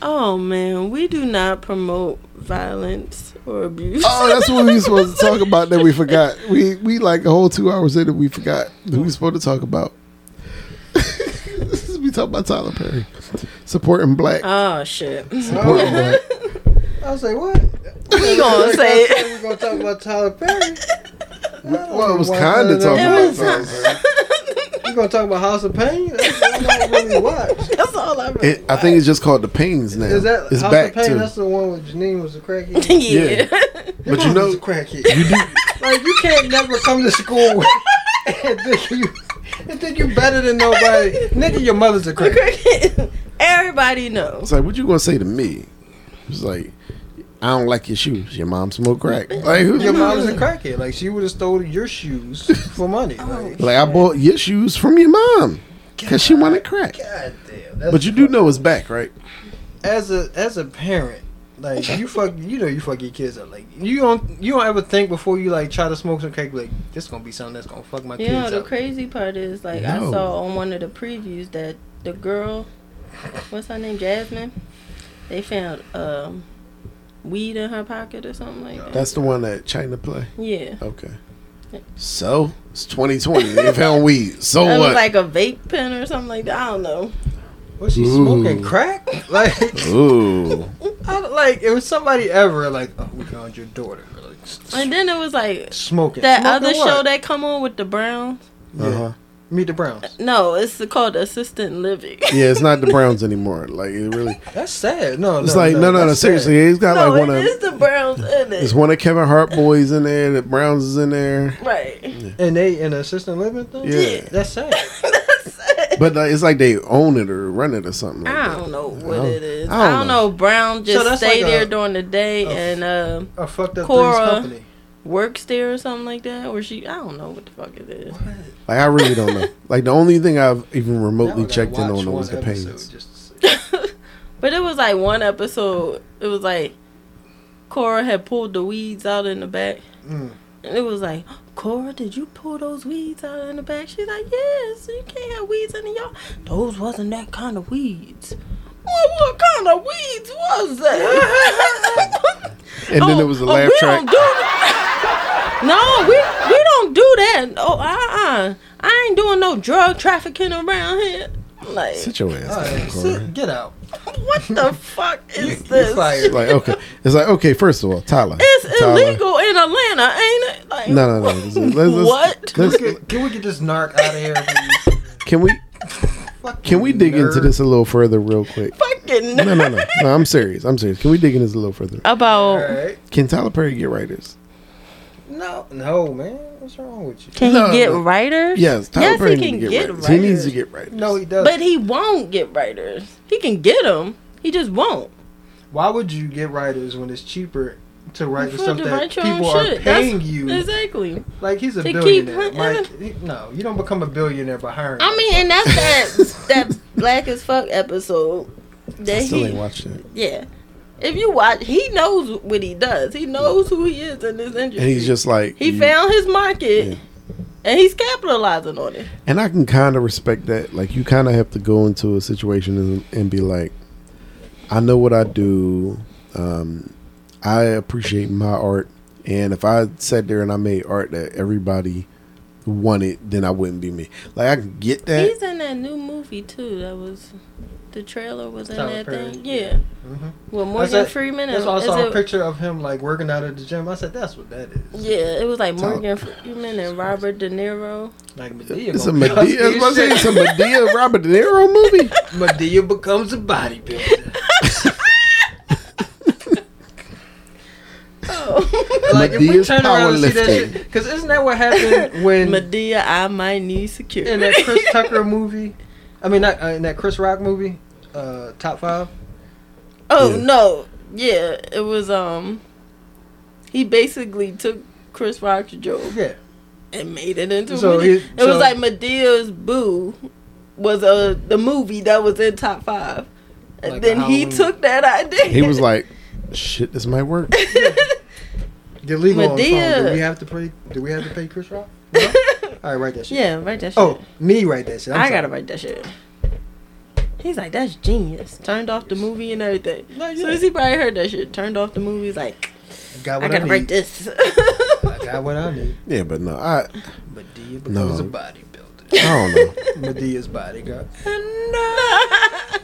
A: oh man, we do not promote violence or abuse.
C: Oh, that's what we were supposed to talk about that we forgot. We we like a whole two hours later we forgot who we were supposed to talk about. we talk about Tyler
B: Uh,
C: Perry supporting black,
A: Oh shit!
C: supporting black.
B: I was like, what?
A: We gonna say it.
B: We're gonna talk about Tyler Perry.
C: Well, it was kind of talking
A: It
C: about
A: was-
C: Tyler Perry.
B: We're gonna talk about House of Pain. That's what I don't really watch.
A: That's all I really
C: It, I think it's just called the pains now.
B: Is that
C: it's
B: House
C: back
B: of Pain?
C: to.
B: That's the one where Janine was a
A: watch.
B: crackhead.
A: yeah.
C: But you know,
B: was a crackhead. You do. Like you can't never come to school and think you and think you better than nobody. Nigga, your mother's a crackhead.
A: Everybody knows.
C: it's like, what you gonna say to me? It's like, I don't like your shoes. Your mom smoked crack. Like, who,
B: Your mom was a crackhead. Like she would have stole your shoes for money.
A: Oh,
B: Like,
C: like I bought your shoes from your mom because she wanted crack.
B: God damn. that's
C: But you do know it's back, right?
B: as a as a parent, like you fuck, you know you fuck your kids up. Like you don't you don't ever think before you like try to smoke some crack. Like this gonna be something that's gonna fuck my
A: Yeah,
B: kids
A: the
B: up.
A: crazy part is like
C: No.
A: I saw on one of the previews that the girl, what's her name, Jasmine, they found um, weed in her pocket or something like that.
C: That's the one that China play.
A: yeah,
C: Okay. So it's 2020. They found weed. So
A: it was
C: what?
A: like a vape pen or something like that. I don't know.
B: was she
C: Ooh.
B: smoking crack? Like Uh-huh.
C: Ooh.
B: I, don't- like if somebody ever like oh we found your daughter like s-
A: And then it was like
B: smoking
A: that
B: Smoking
A: other
B: what?
A: show that come on with the Browns.
B: yeah.
C: Uh-huh.
B: Meet the Browns.
A: No, it's called Assistant Living.
C: Yeah, it's not the Browns anymore. Like it really.
B: That's sad. No,
C: It's like no, no, no.
B: that's
C: Seriously,
B: sad.
C: it's got
A: no,
C: like
A: it
C: one of.
A: is the Browns in it.
C: It's one of Kevin Hart boys in there. The Browns is in there.
A: right.
B: And they in assistant living thing.
C: Yeah.
B: that's sad.
A: That's it.
C: But like, it's like they own it or run it or something. Like
A: I
C: that.
A: don't know
C: I
A: what
C: don't-
A: it is.
C: I don't
A: I don't
C: know.
A: know. Brown just
B: that's
A: stay
B: like
A: there
B: a- Oh.
A: during the day
B: a-
A: and uh,
B: I fucked up
A: Cora.
B: Three's company.
A: works there or something like that, or she I don't know what the fuck it is.
C: Like I really don't know. like the only thing I've even
B: Now I
C: remotely
B: gotta
C: checked in
B: watch
C: on was the
B: one
C: pains.
B: episode just to see.
A: But it was like one episode. It was like Cora had pulled the weeds out in the back,
B: Mm.
A: and it was like. Cora, did you pull those weeds out in the back? She's like, yes. You can't have weeds in the yard. Those wasn't that kind of weeds. What, what kind of weeds was that?
C: And then
A: Oh,
C: there was a
A: oh,
C: laugh
A: we
C: track.
A: Don't do that. no, we we don't do that. Oh, uh, uh I ain't doing no drug trafficking around here. Like,
C: Sit your ass
B: All
C: down,
B: right,
C: Corey.
B: sit, get out.
A: what the fuck is
B: You're
A: this?
B: fired.
C: Like okay, it's like okay. First of all, Tyler.
A: It's
C: Tyler.
A: illegal in Atlanta, ain't it? Like,
C: No, no, no. Let's- let's-
A: what?
C: let's-
B: Let's get- can we get this narc out of here? please?
C: Can we
B: Fucking
C: can we dig into
B: nerd.
C: this a little further, real quick?
A: Fucking
C: No, no, no. No, I'm serious. I'm serious. Can we dig into this a little further?
B: All
A: About
B: right.
C: Can Tyler Perry get writers?
B: No, no, man. What's wrong with you?
A: can
C: No,
A: he get
C: no.
A: writers?
C: Yes, Tyler
A: yes,
C: Perry
A: he can
C: needs to
A: get,
C: get,
A: writers.
C: writers. He needs to get writers.
B: No, he doesn't.
A: but he won't get writers. He can get them. He just won't.
B: Why would you get writers when it's cheaper to write for
A: For
B: stuff
A: to
B: that
A: write your own
B: people are
A: shit. That's-
B: paying you?
A: Exactly.
B: Like he's a
A: to keep
B: billionaire.
A: hunting
B: Like he- no, you don't become a billionaire by hiring.
A: I mean, and that's that that black as fuck episode
C: I
A: that
C: still
A: he
C: ain't watched it.
A: yeah. If you watch, he knows what he does. He knows who he is in this industry.
C: And he's just like
A: he
C: you-
A: found his market,
C: Yeah.
A: and he's capitalizing on it.
C: And I can kind of respect that. Like you kind of have to go into a situation and, and be like, I know what I do. Um, I appreciate my art, and if I sat there and I made art that everybody wanted, then I wouldn't be me. Like I can get that.
A: He's in that new movie too. That was the trailer was in
B: Tyler
A: that
B: Perry.
A: thing. Yeah,
C: Mm-hmm.
B: Mhm.
A: well
B: That's
A: Morgan
B: that-
A: Freeman.
B: That's
A: and-
B: why I
A: is
B: saw a
A: it-
B: picture of him like working out at the gym. I said, "That's what that is."
A: Yeah, it was like
C: Tyler-
A: Morgan Freeman and Robert De Niro.
B: Like Medea.
C: It's a
B: gonna be
C: Medea.
B: husky
C: I was about to say,
B: as
C: It's a
B: shit.
C: Medea Robert De Niro movie.
B: Medea becomes a bodybuilder.
A: Oh,
B: like if we
C: Medea's
B: turn around and see that
C: powerlifting.
B: shit, because isn't that what happened when
A: Medea, I might need security.
B: in that Chris Tucker movie? I mean, not, uh, in that Chris Rock movie, uh, Top Five.
A: Oh
C: Yeah.
A: no. Yeah, it was um he basically took Chris Rock's joke
B: Yeah,
A: and made it into
B: So
A: a movie.
B: it-
A: It,
B: so-
A: was like Medea's Boo was uh the movie that was in top five. And
B: Like the
A: then he
B: Halloween.
A: took that idea.
C: He was like, "Shit, this might work."
B: get legal on the phone.
A: Medea.
B: Do we have to pay? Do we have to pay Chris Rock? No? All right, write that shit.
A: yeah, write that shit.
B: Oh, me write that shit. I'm
A: I
B: sorry.
A: gotta write that shit. He's like, that's genius. Turned off the movie and everything.
B: No,
A: As soon as he probably heard that shit, turned off the movie. He's like,
B: Got
A: I
B: what I,
A: gotta
B: need.
A: write this.
B: I got what I need.
C: Yeah, but no, I,
B: Medea becomes
C: No.
B: a bodybuilder.
C: I don't know.
B: Medea's bodyguard.
A: no. I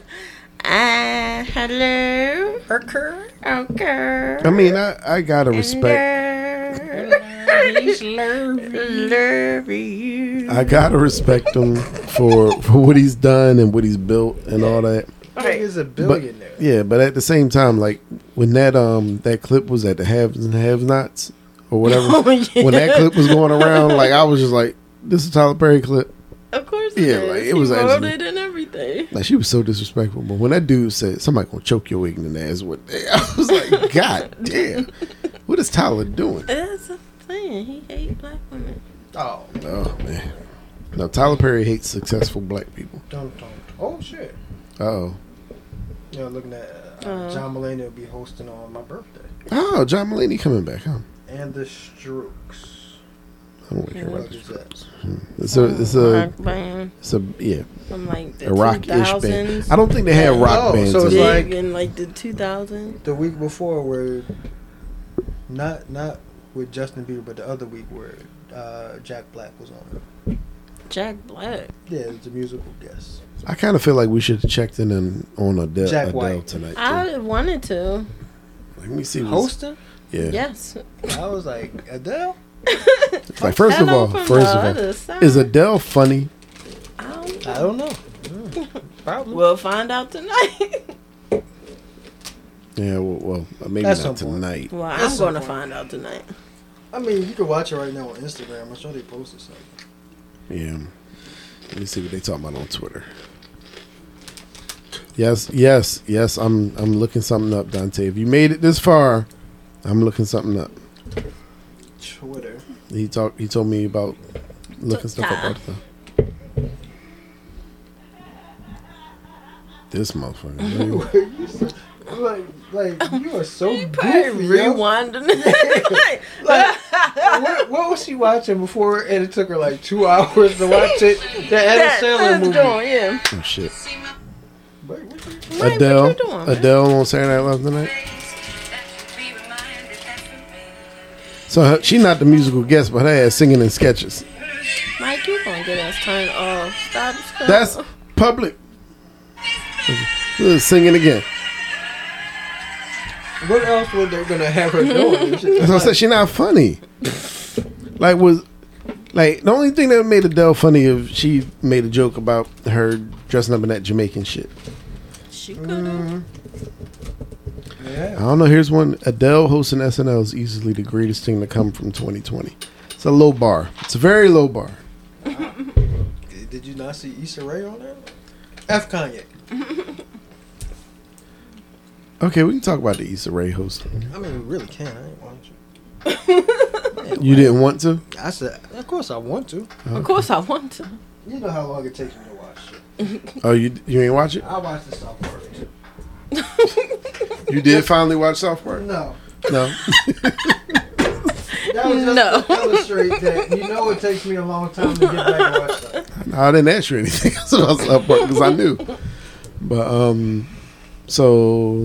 A: Ah, hello.
B: Erker.
A: Okay.
C: I mean, I, I gotta respect.
A: Respect. Love you.
C: I gotta respect him for for what he's done and what he's built and all that.
A: Right.
B: is a billionaire.
C: Yeah, but at the same time, like when that um that clip was at the haves and have nots or whatever,
A: Oh, yeah.
C: when that clip was going around, like I was just like, "This is Tyler Perry clip."
A: Of course.
C: Yeah,
A: it is.
C: like, it
A: He
C: was
A: wrote
C: actually-
A: it and everything.
C: Like she was so disrespectful. But when that dude said, "Somebody gonna choke your ignorant ass," what day, I was like, "God damn, what is Tyler doing?"
A: That's a thing. He hate black women.
B: Oh,
C: Oh man, now Tyler Perry hates successful black people.
B: don't don't. Oh shit.
C: Oh,
B: You know, looking at uh,
A: Uh-huh.
B: John Mulaney will be hosting on my birthday,
C: oh, John Mulaney coming back, huh?
B: and the Strokes.
C: I don't really care about
B: What
C: this.
B: is that?
C: It's a, it's a,
A: rock band
C: it's a, yeah,
A: from like the
C: a rock-ish band.
A: 2000s.
C: I don't think they had rock
B: Oh,
C: bands.
B: so
C: in
B: it's
C: there.
B: like-
A: Big in like the 2000s.
B: The week before, where not not with Justin Bieber, but the other week where uh, Jack Black was on.
A: Jack Black.
B: Yeah, it's a musical guest.
C: I kind of feel like we should have checked in on, on Adele,
B: Jack
C: Adele
B: White.
C: tonight. too.
A: I wanted to.
C: Let me see. what's-
B: Hosting?
C: Yeah.
A: Yes.
B: I was like Adele.
C: It's Like first of
A: Hello
C: all,
A: from
C: first
A: the
C: of all,
A: other side.
C: is Adele funny?
A: I don't
B: I
A: know.
B: don't know. Mm, probably.
A: We'll find out tonight.
C: Yeah. Well, well maybe
B: At
C: not
B: some point.
C: tonight.
A: well,
B: That's
A: I'm
B: so
A: going to
B: funny.
A: find out tonight.
B: I mean, you can watch it right now on Instagram. I'm sure they posted something.
C: Yeah. Let me see what they talking about on Twitter. Yes, yes, yes. I'm I'm looking something up, Dante. If you made it this far, I'm looking something up.
B: Twitter.
C: He talked. He told me about looking stuff up. all the time. This motherfucker. right?
B: you so, like, like you are so goofy. yo.
A: Rewinding. Like,
B: Like, what, what was she watching before? And it took her like two hours to watch it. The Adam
A: that-
B: Sandler
A: that's
B: movie.
A: doing, yeah.
C: Oh shit.
B: Wait, what you-
A: Mike, what you
C: Adele.
A: doing, man?
C: Adele on Saturday Night Live tonight. So her, she not the musical guest, but her ass singing in sketches.
A: Mike, you gonna get us turned off? Stop. stop.
C: That's public. Look, Singing again.
B: What else were they gonna have her doing?
C: That's what I said. She not funny. like was like the only thing that made Adele funny if she made a joke about her dressing up in that Jamaican shit.
A: she could have.
C: I
B: yeah.
C: don't know. Here's one. Adele hosting SNL is easily the greatest thing to come from 2020. It's a low bar. It's a very low bar.
B: Did did you not see Issa Rae on there? F Kanye.
C: Okay, we can talk about the Issa Rae hosting.
B: I mean, we really can. I ain't want to.
C: You didn't want to?
B: I said, of course I want to.
A: Of course, I want to.
B: You know how long it takes me to watch shit.
C: Oh, you you ain't watch it?
B: I watched the South Park.
C: You did finally watch South Park?
B: No.
C: No.
B: That was just
A: No.
B: to illustrate that you know it takes me a long time to get back and watch stuff.
C: No, I didn't ask you anything else about South Park because I knew. But um, so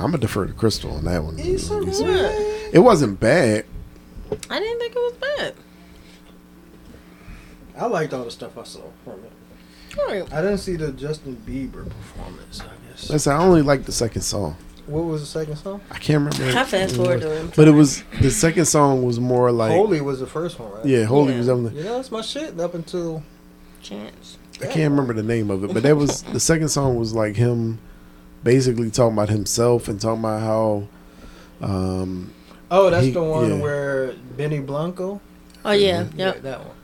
C: I'm gonna defer to Crystal on that one.
B: Issa
C: Issa-
B: Rae.
C: It wasn't bad.
A: I didn't think it was bad.
B: I liked all the stuff I saw from it.
A: Alright.
B: I didn't see the Justin Bieber performance, I guess.
C: Listen, I only liked the second song.
B: What was the second song?
C: I can't remember.
A: I fast forward to him.
C: But it was the second song was more like
B: Holy was the first one, right?
C: yeah, Holy was
A: Yeah.
C: definitely.
B: You know, that's my shit up until
A: Chance.
C: I can't remember the name of it, but that was the second song was like him basically talking about himself and talking about how um
B: Oh, that's
C: He-
B: the one
C: yeah.
B: where Benny Blanco.
A: Oh yeah.
B: Yeah,
A: Yep.
B: that one.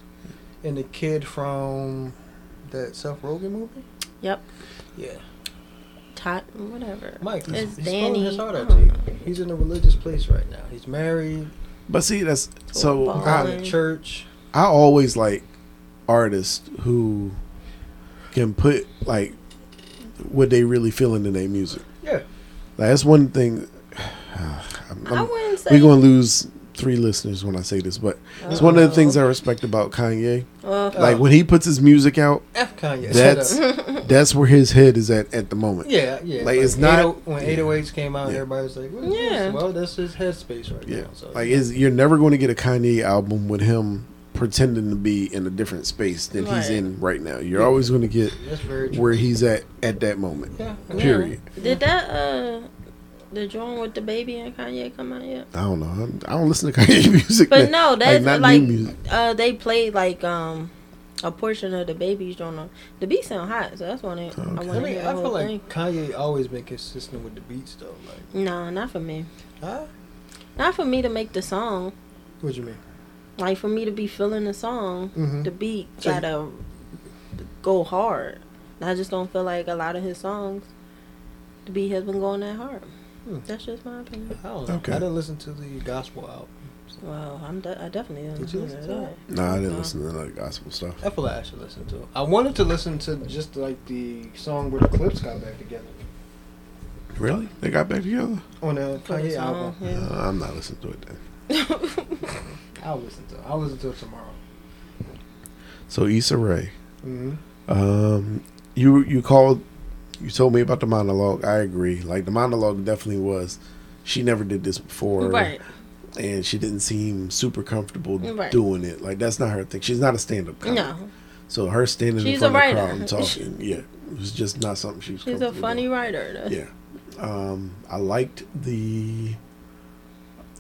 B: And the kid from that Seth Rogen movie.
A: Yep.
B: Yeah,
A: Tot. Whatever.
B: Mike. He's,
A: It's
B: he's throwing his
A: Danny.
B: heart out
A: I
B: to you.
A: don't
B: He's in a religious place right now. He's married.
C: but see that's so
A: Football.
C: I,
B: out of
A: Fine.
B: church.
C: I always like artists who can put like what they really feeling in their music.
B: Yeah.
C: Like, that's one thing. I'm-
A: I
C: I'm-
A: wouldn't say.
C: we're Um, gonna lose three listeners when I say this, but it's one
A: Oh.
C: of the things I respect about Kanye.
A: Uh,
C: Like when he puts his music out,
B: F Kanye.
C: that's
B: Shut up.
C: that's where his head is at at the moment.
B: yeah, yeah.
C: Like, it's not-
B: 80 when
C: yeah.
B: 808s came out,
C: Yeah.
B: everybody was like, "What is
A: Yeah.
B: this?" Well, that's his headspace right
C: Yeah,
B: now. So
C: like is you're never going to get a Kanye album with him pretending to be in a different space that he's
A: Right.
C: in right now. You're always going to get
B: That's very true.
C: where he's at at that moment.
B: Yeah.
C: Period.
A: Did that uh the drawing with the baby and Kanye come out yet?
C: I don't know. I'm, I don't listen to Kanye music.
A: But
C: man.
A: no, that's like,
C: new music.
A: uh they played like um a portion of the baby's drawing. The beat sound hot, so that's one I I
C: Okay.
A: want
B: I
A: to
B: mean,
A: hear
B: I
A: the
B: feel
A: whole
B: like
A: thing.
B: Kanye always been consistent with the beats though. Like,
A: No, not for me.
B: huh?
A: Not for me to make the song.
B: What you mean?
A: Like for me to be feeling the song,
C: Mm-hmm.
B: Mhm.
A: the beat
B: So you-
A: gotta go hard. And I just don't feel like a lot of his songs, the beat has been going that hard.
B: Hmm.
A: That's just my opinion.
B: I don't know.
C: Okay.
B: I didn't listen to the gospel album.
A: Well, I'm de- I definitely
B: Did you
A: don't
B: listen
A: know
B: to
A: that.
C: No, I didn't
A: Uh,
C: listen to that gospel stuff.
B: I feel I should listen to. it. I wanted to listen to just like the song where the clips got back together
C: Really? They got back together?
B: on the
A: For the
B: Kanye album.
A: song, yeah.
C: Uh, I'm not listening to it then.
B: I'll listen to. it. I'll listen to it tomorrow.
C: So Issa Rae,
B: Mm-hmm.
C: um, you you called, you told me about the monologue. I agree. Like the monologue definitely was. She never did this before,
A: right.
C: and she didn't seem super comfortable
A: Right.
C: doing it. Like that's not her thing. She's not a stand-up comic.
A: No,
C: So her standing
A: She's
C: in
A: a
C: front of the crowd
A: writer.
C: and talking, yeah, it was just not something she was.
A: she's a
C: comfortable
A: funny
C: doing.
A: writer. That's-
C: Yeah, um, I liked the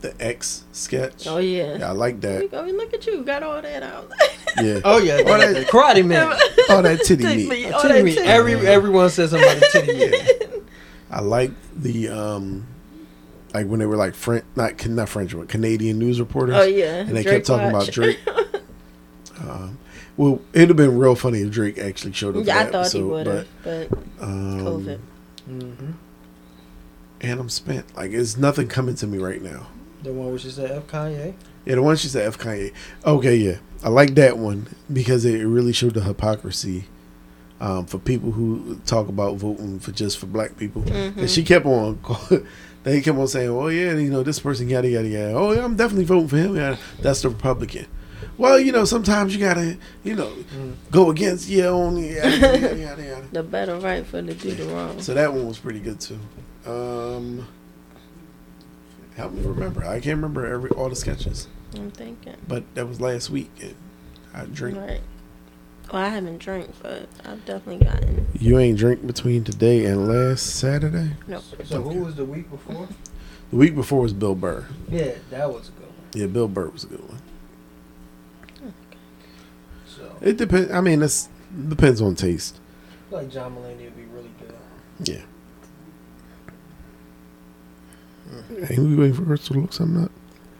C: the X sketch.
A: Oh yeah.
C: Yeah, I like that.
A: You go, look at you, got all that out.
C: Yeah.
B: Oh yeah,
C: Or
B: the,
C: that-
B: the Karate Man.
C: Oh, that titty
A: Titty
C: meat.
A: meat.
B: Oh,
A: Oh, that
B: me.
A: titty
B: Every
C: meat.
B: everyone says I'm about to titty meat.
C: I like the um, like when they were like French, not Can- not French, but Canadian news reporters.
A: Oh yeah.
C: And they kept talking about Drake. Um, well, it'd have been real funny if Drake actually showed up.
A: yeah, I
C: for that
A: thought he
C: episode,
A: would have, but,
C: But, um,
A: COVID.
B: Mm-hmm.
C: And I'm spent. Like, it's nothing coming to me right now.
B: The one where she said F Kanye.
C: Yeah, the one she said F Kanye. Okay, yeah, I like that one because it really showed the hypocrisy um, for people who talk about voting for just for black people. And she kept on, call- they kept on saying, "Oh yeah, you know this person yada yada yada." Oh yeah, I'm definitely voting for him. Yeah, that's the Republican. Well, you know, sometimes you gotta, you know, go against your own yada yada yada. yada.
A: the better right for the do the wrong.
C: So that one was pretty good too. Um, help me remember. I can't remember every all the sketches.
A: I'm thinking.
C: But that was last week. And I drink.
A: Right. Well, I haven't drank, but I've definitely gotten.
C: You ain't drink between today and last Saturday.
A: No.
B: So who was the week before?
C: The week before was Bill Burr.
B: Yeah, that was a good one.
C: Yeah, Bill Burr was a good one.
B: So
C: It depends. I mean, it's depends on taste.
B: like John Mulaney would be really good.
C: Yeah. Ain't we waiting for her to look something up?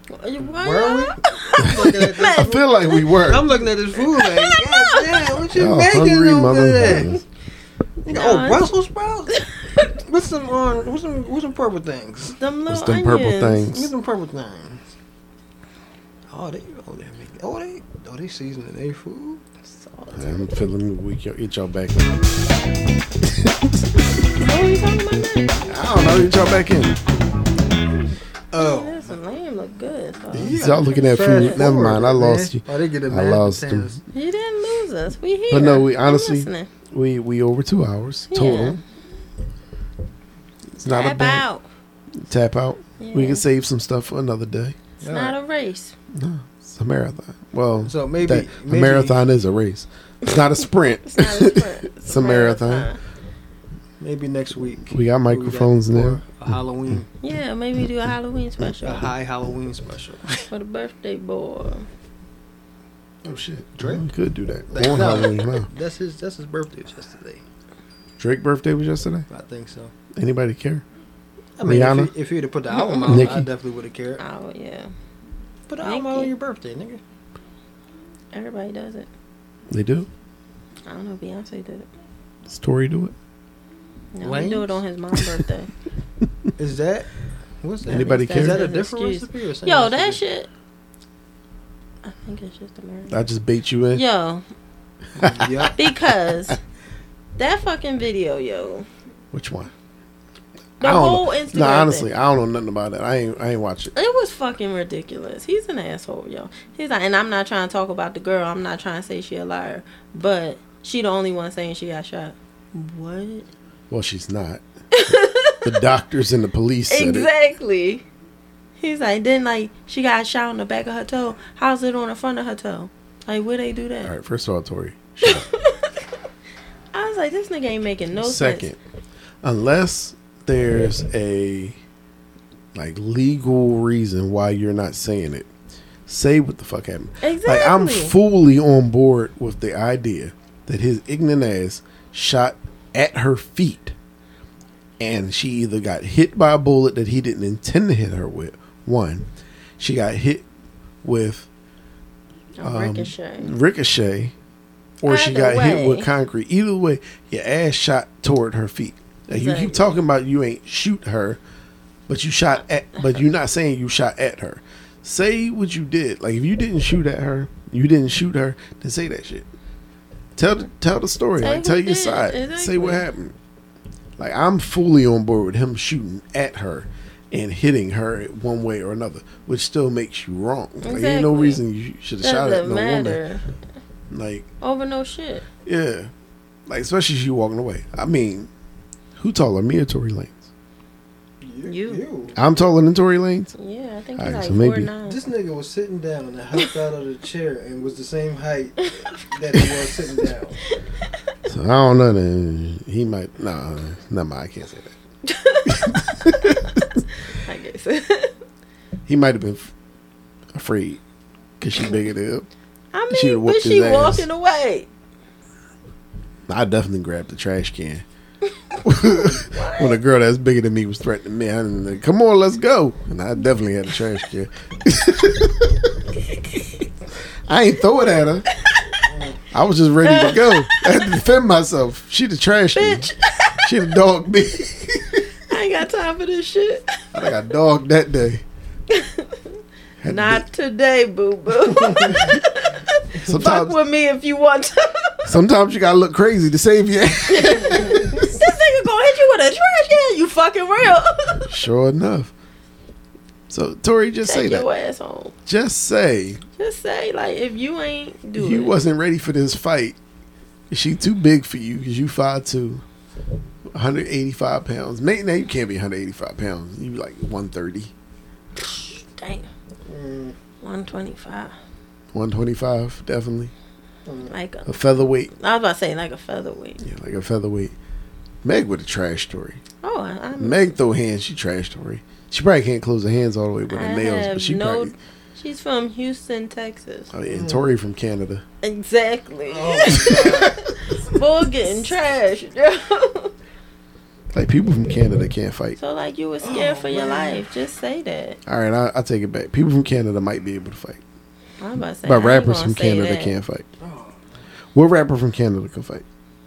A: Why
B: Where are we?
A: not?
B: I'm looking at this,
C: I feel like we were.
B: I'm looking at this food like, God damn, what you
C: Y'all
B: making over there?
C: motherfuckers.
B: Nigga,
A: Nah.
B: oh, Brussels sprouts. what's some uh, what's some what's some purple things?
A: Them little
C: What's them
A: onions.
C: purple
B: What's
C: things?
B: some purple things? Oh, they oh they make oh they oh they seasoning their food.
A: Salt.
C: I'm feeling weak. Y'all eat y'all back. In.
A: What are you talking about next?
C: I don't know. Eat y'all back in.
B: Oh,
A: That's some lamb look good. So.
C: Y'all looking at food. Never mind. I lost you.
B: Oh, they get a
C: I lost them.
A: You didn't lose us. We here.
C: But no, we
A: I'm
C: honestly-
A: listening.
C: We we over two hours
A: Yeah.
C: total. It's not a
A: Tap
C: bad.
A: out.
C: tap out. We
A: Yeah.
C: can save some stuff for another day.
A: It's not a race.
C: No, it's a marathon. Well,
B: So maybe-
C: that-
B: maybe-
C: a marathon is a race. It's not a sprint.
A: It's not a sprint.
C: It's a marathon.
B: Maybe next week.
C: We got microphones now.
B: A Halloween,
A: Yeah, maybe do a Halloween special
B: a high Halloween special.
A: for the birthday boy.
C: Oh shit,
B: Drake?
C: We could do that.
B: Like,
C: On
B: no.
C: Halloween, no.
B: That's his. That's his birthday was yesterday.
C: Drake birthday was yesterday.
B: I think so.
C: Anybody care?
B: I mean,
C: Rihanna?
B: if you, if you'd have put the album out,
C: Nicki?
B: I definitely would have cared.
A: Oh yeah,
B: Put the album out
A: Nicki.
B: on your birthday, nigga.
A: everybody does it.
C: They do.
A: I don't know. Beyonce did it.
C: Story do it.
A: No, we do it
B: Lanes?
A: on his mom's birthday.
B: Is that? What's that?
C: Anybody
B: is
C: care?
B: that a
A: That's
B: different
A: excuse.
B: recipe or same
A: Yo, that
B: recipe?
A: shit. I think it's just American.
C: I just bait you in.
A: Yo,
B: Yup.
A: because that fucking video, yo.
C: Which one?
A: The
C: I don't
A: whole
C: know.
A: Instagram.
C: No, honestly,
A: thing.
C: I don't know nothing about it. I ain't. I ain't watch it.
A: It was fucking ridiculous. He's an asshole, yo. He's like, and I'm not trying to talk about the girl. I'm not trying to say she a liar, but she the only one saying she got shot. What?
C: Well, she's not. the doctors and the police said it.
A: Exactly. He's like, then like she got a shot on the back of her toe. How's it on the front of her toe? Like, where they do that?
C: All right, first of all, Tori.
A: I was like, this nigga ain't making no
C: Second,
A: sense.
C: unless there's a like legal reason why you're not saying it, say what the fuck happened.
A: Exactly.
C: Like I'm fully on board with the idea that his ignorant ass shot at her feet, and she either got hit by a bullet that he didn't intend to hit her with. One, she got hit with um,
A: A ricochet.
C: ricochet or she
A: Either
C: got hit
A: way.
C: with concrete. Either way, your ass shot toward her feet. Now, you
A: Exactly.
C: keep talking about you ain't shoot her, but you shot at but you're not saying you shot at her. Say what you did. Like if you didn't shoot at her, you didn't shoot her, then say that shit. Tell the tell the story.
A: Say
C: Like tell
A: who
C: your
A: did.
C: side. Say
A: Exactly.
C: what happened. Like I'm fully on board with him shooting at her and hitting her one way or another, which still makes you wrong. Like ain't no
A: Exactly.
C: reason you should have shot at
A: Doesn't
C: no woman.
A: matter.
C: Like
A: Over no shit.
C: yeah. Like, especially she walking away. I mean, who taller, me or Tory Lanez?
A: You.
C: I'm taller than Tory Lanez?
A: Yeah, I think
C: All
A: he's
C: right,
A: like
C: so maybe-
A: four nine.
B: This nigga was sitting down and hopped out of the chair and was the same height that he was sitting down.
C: So I don't know. Then. He might. Nah, nah, nah, I can't say that.
A: I guess.
C: He might have been f- afraid because she bigger than him.
A: I mean,
C: She would've
A: but
C: whooped
A: she
C: his ass.
A: walking away.
C: I definitely grabbed the trash can. when a girl that's bigger than me was threatening me, I didn't like, come on, let's go. And I definitely had a trash can. I ain't throw it at her. I was just ready to go. I had to defend myself. She the trash can.
A: Bitch,
C: She the dog me.
A: I ain't got time for this shit.
C: I think I dogged that day. Had to
A: Not today, boo boo.
C: do-
A: Fuck
C: sometimes,
A: with me if you want to.
C: sometimes you gotta look crazy to save your ass.
A: this nigga gonna hit you with a trash can. You fucking real.
C: sure enough. So Tori, just say
A: Take
C: that.
A: your ass home.
C: Just say
A: Just say like, if you ain't do
C: you
A: it,
C: wasn't ready for this fight. She too big for you because you five two. 185 pounds. Now, now you can't be 185 pounds. You like 130,
A: damn,
B: Mm,
A: one twenty five,
C: 125, definitely.
A: like a.
C: A featherweight.
A: I was about to say like a featherweight.
C: Yeah, like a featherweight. Meg with a trash story.
A: Oh, I, I'm,
C: Meg throw hands, she trash Tori. She probably can't close her hands all the way with
A: I
C: her nails,
A: have
C: but she
A: no. Mm.
C: probably.
A: She's from Houston, Texas.
C: Oh yeah, and Tori from Canada.
A: Exactly.
B: oh,
A: Bull getting trashed. yo.
C: Like people from Canada can't fight.
A: so like you were scared
B: Oh,
A: for your
B: man.
A: life. Just say that.
C: All right, I, I take it back. People from Canada might be able to fight,
A: I'm about to say. I
C: but
A: ain't
C: rappers
A: gonna
C: from
A: say
C: Canada
A: that.
C: can't fight.
B: God.
C: What rapper from Canada can fight?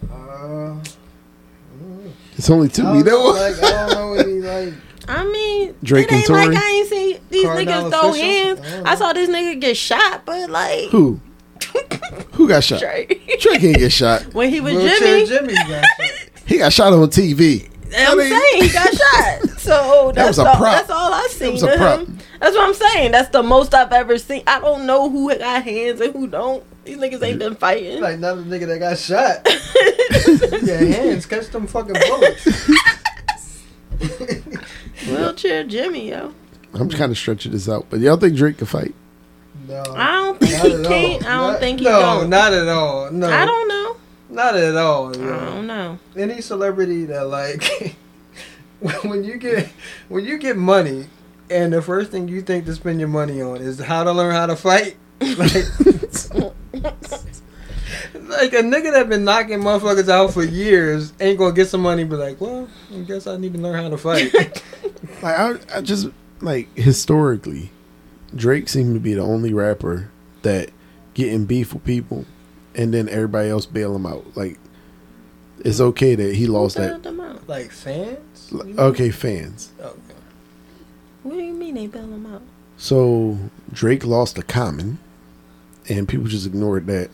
B: Oh, uh,
C: It's only two.
B: I
C: You
B: don't know,
C: know
B: like, I don't know any like
A: I mean, it
C: Drake and
A: ain't
C: Tory?
A: like I ain't seen these
B: Cardinal
A: niggas throw
B: official? Oh.
A: hands.
B: I don't
A: I
B: know.
A: saw this nigga get shot, but like
C: who? Who got shot?
A: Oh, Drake.
C: Drake can't get shot.
A: when he was Jimmy,
B: wheelchair Jimmy got shot.
C: He got shot on TV.
A: I'm
C: I mean-
A: saying he got shot. So that's
C: was a
A: all,
C: prop.
A: that's all I seen.
C: was a
A: of
C: prop.
A: him. That's what I'm saying. That's the most I've ever seen. I don't know who got hands and who don't. These niggas ain't been fighting.
B: Like not the nigga that got shot. Yeah, hands catch them fucking bullets.
A: Wheelchair Jimmy, yo.
C: I'm kind of stretching this out, but y'all think Drake can fight?
B: No.
A: I don't think
B: Not
A: he
B: at all.
A: can't. I don't
B: Not-
A: think he
B: No,
A: don't.
B: not at all. No,
A: I don't know.
B: Not at all.
A: I
B: no.
A: don't know.
B: Any celebrity that like, when you get when you get money, and the first thing you think to spend your money on is how to learn how to fight. Like, like a nigga that been knocking motherfuckers out for years ain't gonna get some money. But like, well, I guess I need to learn how to fight.
C: Like I, I just like historically, Drake seemed to be the only rapper that getting beef with people, and then everybody else bail him out. Like it's okay that he lost
A: Who bailed
C: that.
A: them out?
B: like fans.
C: Like, Okay, fans.
B: Okay.
A: What do you mean they bailed him out?
C: So Drake lost to Common, and people just ignored that.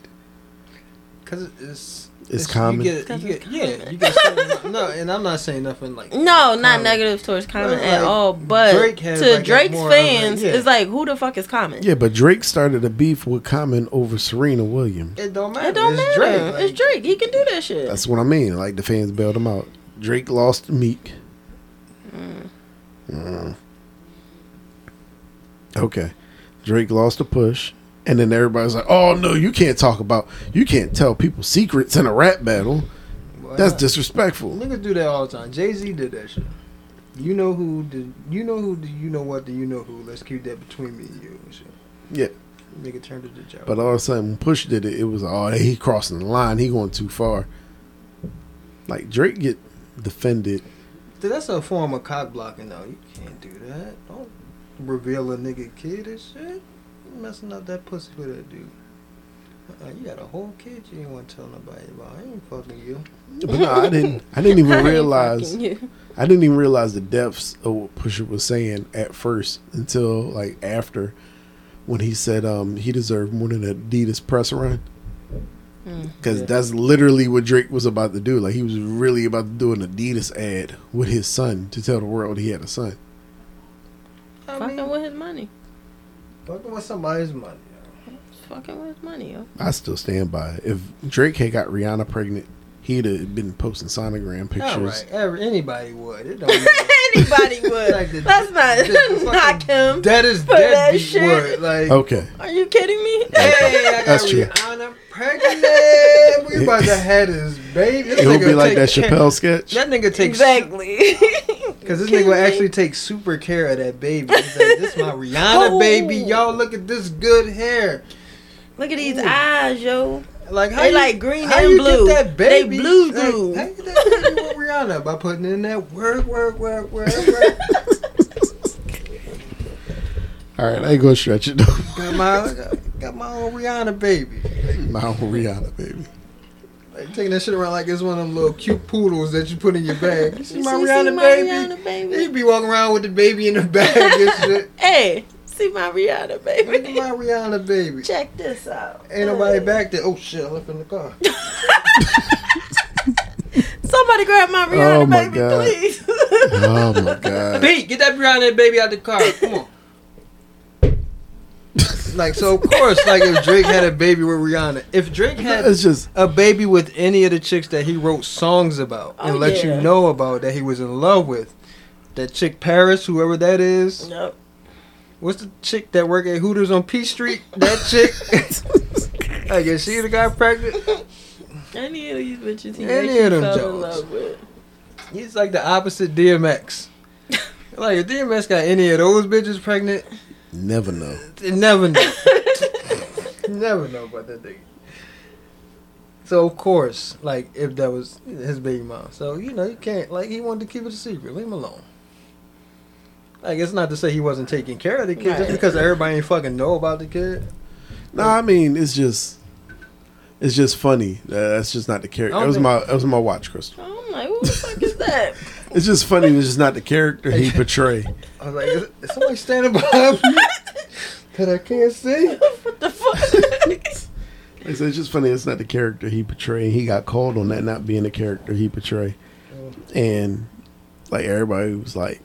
B: Cause it's
C: It's common.
B: You get,
A: Cause
B: you
A: it's
B: get, yeah, you get certain, no, and I'm not saying nothing like
A: No, not
B: Common.
A: negative towards Common
B: Well,
A: at
B: like,
A: all. But
B: Drake has,
A: to
B: like, a
A: Drake's
B: more of a-
A: fans,
B: yeah.
A: it's like, who the fuck is Common?
C: Yeah, but Drake started a beef with Common over Serena Williams.
B: It don't matter.
A: It don't
B: it's
A: matter.
B: Drake. like-
A: it's Drake. He can do that shit.
C: That's what I mean. Like the fans bailed him out. Drake lost to Meek. Mm. Okay, Drake lost to Push, And then everybody's like, "Oh no, you can't talk about, you can't tell people secrets in a rap battle. That's disrespectful."
B: Niggas do that all the time. Jay Z did that shit. You know who did? You know who? Do you know what? Do you know who? Let's keep that between me and you. And shit.
C: Yeah.
B: Nigga turned it to Joe.
C: But uh, all of a sudden, when Push did it. It was oh, he crossing the line. He going too far. Like Drake get defended.
B: Dude, that's a form of cock blocking, though. You can't do that. Don't reveal a nigga kid and shit. You messing up that pussy with that dude. Uh, you got a whole kid you ain't want to tell nobody about. I ain't fucking you.
C: But no, I didn't. I didn't
A: I
C: even
A: ain't
C: realize.
A: fucking you.
C: I didn't even realize the depths of what Pusha was saying at first until like after when he said um, he deserved more than an Adidas press run.
A: Mm.
C: Because
B: Yeah.
C: that's literally what Drake was about to do. Like he was really about to do an Adidas ad with his son to tell the world he had a son.
B: I
A: Fucking
B: mean,
A: with his money.
B: fucking with somebody's money.
A: Fucking with his money, yo.
C: I still stand by it. If Drake had got Rihanna pregnant, he'd have been posting sonogram
B: Yo.
C: pictures.
B: All right, every, anybody would. It don't. matter.
A: Anybody would.
B: Like the-
A: Let's not
B: the
A: knock
B: fucking
A: him.
B: That is
A: For that
B: deadbeat
A: shit.
B: would. Like,
C: Okay.
A: Are you kidding me?
B: Hey, I got
C: That's true.
B: Rihanna pregnant. We about to have this baby. This
C: It would
B: nigga
C: be like
B: take
C: that
B: care-
C: Chappelle sketch.
B: That nigga takes
A: exactly.
B: because this
A: Kidding
B: nigga
A: me?
B: actually takes super care of that baby. He's like, this my Rihanna
A: Oh.
B: baby. Y'all look at this good hair.
A: Look at these
B: Ooh.
A: eyes, yo.
B: Like how
A: They
B: you,
A: like green
B: how
A: and
B: you
A: blue.
B: Get that
A: They
B: baby?
A: blue,
B: Like,
A: blue.
B: how you get that baby with Rihanna by putting in that work, work, work, work, work.
C: All right, I ain't gonna stretch it.
B: got my got my own Rihanna baby.
C: My own Rihanna baby.
B: Like taking that shit around like it's one of them little cute poodles that you put in your bag. You see
A: You
B: my
A: see- see
B: Rihanna
A: my
B: baby?
A: Rihanna baby?
B: He'd be walking around with the baby in the bag and shit.
A: Hey, see my Rihanna,
B: Look at
A: baby.
B: my Rihanna baby.
A: Check this out.
B: Ain't nobody
A: Hey.
B: back there. Oh shit, I left in the car.
A: Somebody grab my Rihanna,
C: Oh my
A: baby,
C: God.
A: please.
C: Oh my god.
B: Pete, get that Rihanna baby out the car. Come on. Like so, of course, like if Drake had a baby with Rihanna, if Drake had
C: It's just
B: a baby with any of the chicks that he wrote songs about and
A: Oh,
B: let
A: yeah.
B: you know about that he was in love with, that chick Paris, whoever that is,
A: Nope.
B: What's the chick that work at Hooters on P Street? That chick. I guess she the guy pregnant.
A: Any of these bitches he
B: Any
A: actually
B: of them
A: fell in
B: Jones.
A: love with.
B: He's like the opposite DMX. Like if DMX got any of those bitches pregnant,
C: never know.
B: they never know. never know about that nigga. So of course, like if that was his baby mom, so you know you can't like he wanted to keep it a secret. Leave him alone. Like it's not to say he wasn't taking care of the kid just
A: Right.
B: because everybody ain't fucking know about the kid.
C: No, I mean it's just it's just funny. Uh, that's just not the character.
B: I
C: That
B: don't
C: was
B: think-
C: my that was my watch, Crystal.
A: I'm like, who the fuck is that?
C: It's just funny. It's just not the character he portray.
B: I was like, is, is somebody standing behind me that I can't see?
A: what the fuck?
C: Like I said, it's just funny. It's not the character he portray. He got called on that not being the character he portray, and like everybody was like,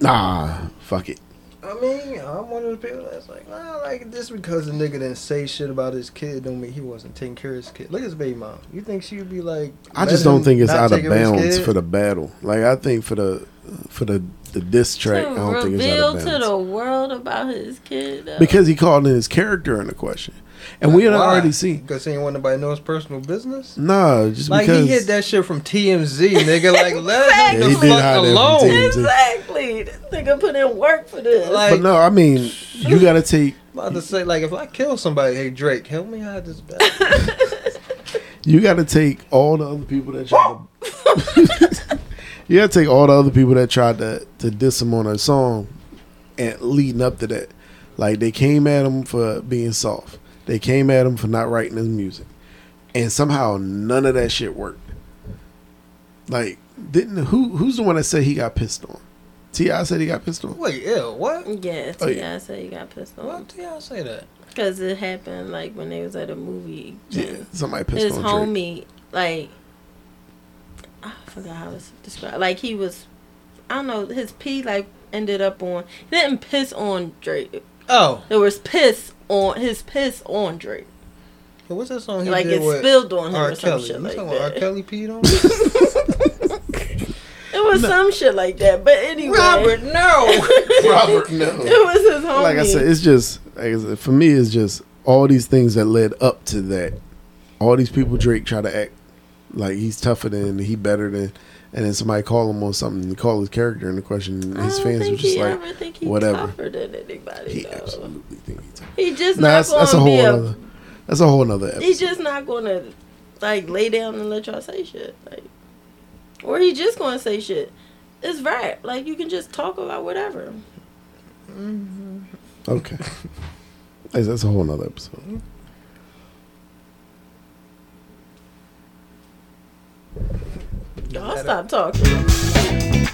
C: "Nah, fuck it."
B: I mean, I'm one of the people that's like, nah, like just because the nigga didn't say shit about his kid don't mean he wasn't taking care of his kid. Look at his baby mom. You think she'd be like?
C: I just don't think it's out of bounds for the battle. Like I think for the for the the diss track, I don't think it's out
A: reveal
C: of
A: to
C: bounds
A: the world about his kid. though.
C: because he called in his character into question, and we had already seen.
B: because he didn't want nobody to know his personal business.
C: Nah, just
B: Like
C: because
B: he hid that shit from TMZ, nigga. Like let
A: Exactly. Yeah,
B: him the
A: he
C: did hide
B: fuck
C: that from TMZ.
B: alone.
A: exactly. This nigga put in work for this.
B: Like-
C: But no, I mean, you got to take
B: About to say, like if I kill somebody, hey Drake, help me hide this bag.
C: you got to take all the other people that tried to, you got to take all the other people that tried to to diss him on a song, and leading up to that, like they came at him for being soft. They came at him for not writing his music, and somehow none of that shit worked. Like, didn't who who's the one that said he got pissed on? Ti said he got pissed on.
B: Wait, ew, what?
A: yeah,
C: Oh,
A: T.I.
C: yeah.
A: said you got pissed
B: Why
A: on
B: did y'all say that?
A: because it happened like when they was at a movie.
C: Yeah, somebody pissed
A: his
C: on Drake.
A: homie, like I forgot how it's described. Like he was, I don't know. His pee like ended up on. He didn't piss on Drake.
B: Oh,
A: There was piss on his piss on Drake.
B: what's that song? He
A: like
B: did
A: it
B: with-
A: spilled on him
B: R.
A: or some
B: Kelly. You
A: shit like
B: talking about R.
A: that.
B: Kelly peed on him?
A: It was some shit like that. But anyway,
B: Robert, no.
C: Robert,
A: it was his homie.
C: Like I said, it's just like I said, for me, it's just all these things that led up to that. All these people Drake try to act like he's tougher than he better than, and then somebody call him on something, they call his character into question, and
A: I
C: his
A: don't
C: fans
A: think
C: are just
A: he
C: like,
A: ever think he
C: whatever.
A: tougher than anybody.
C: he
A: though.
C: absolutely think he's tougher.
A: He just
C: Nah,
A: not
C: that's,
A: gonna
C: that's a
A: be
C: whole
A: a.
C: other. That's a whole other episode.
A: He's just not gonna like lay down and let y'all say shit, like, or he just gonna say shit. It's rap. Like you can just talk about whatever.
C: Okay. That's that's a whole nother episode.
A: Y'all stop talking.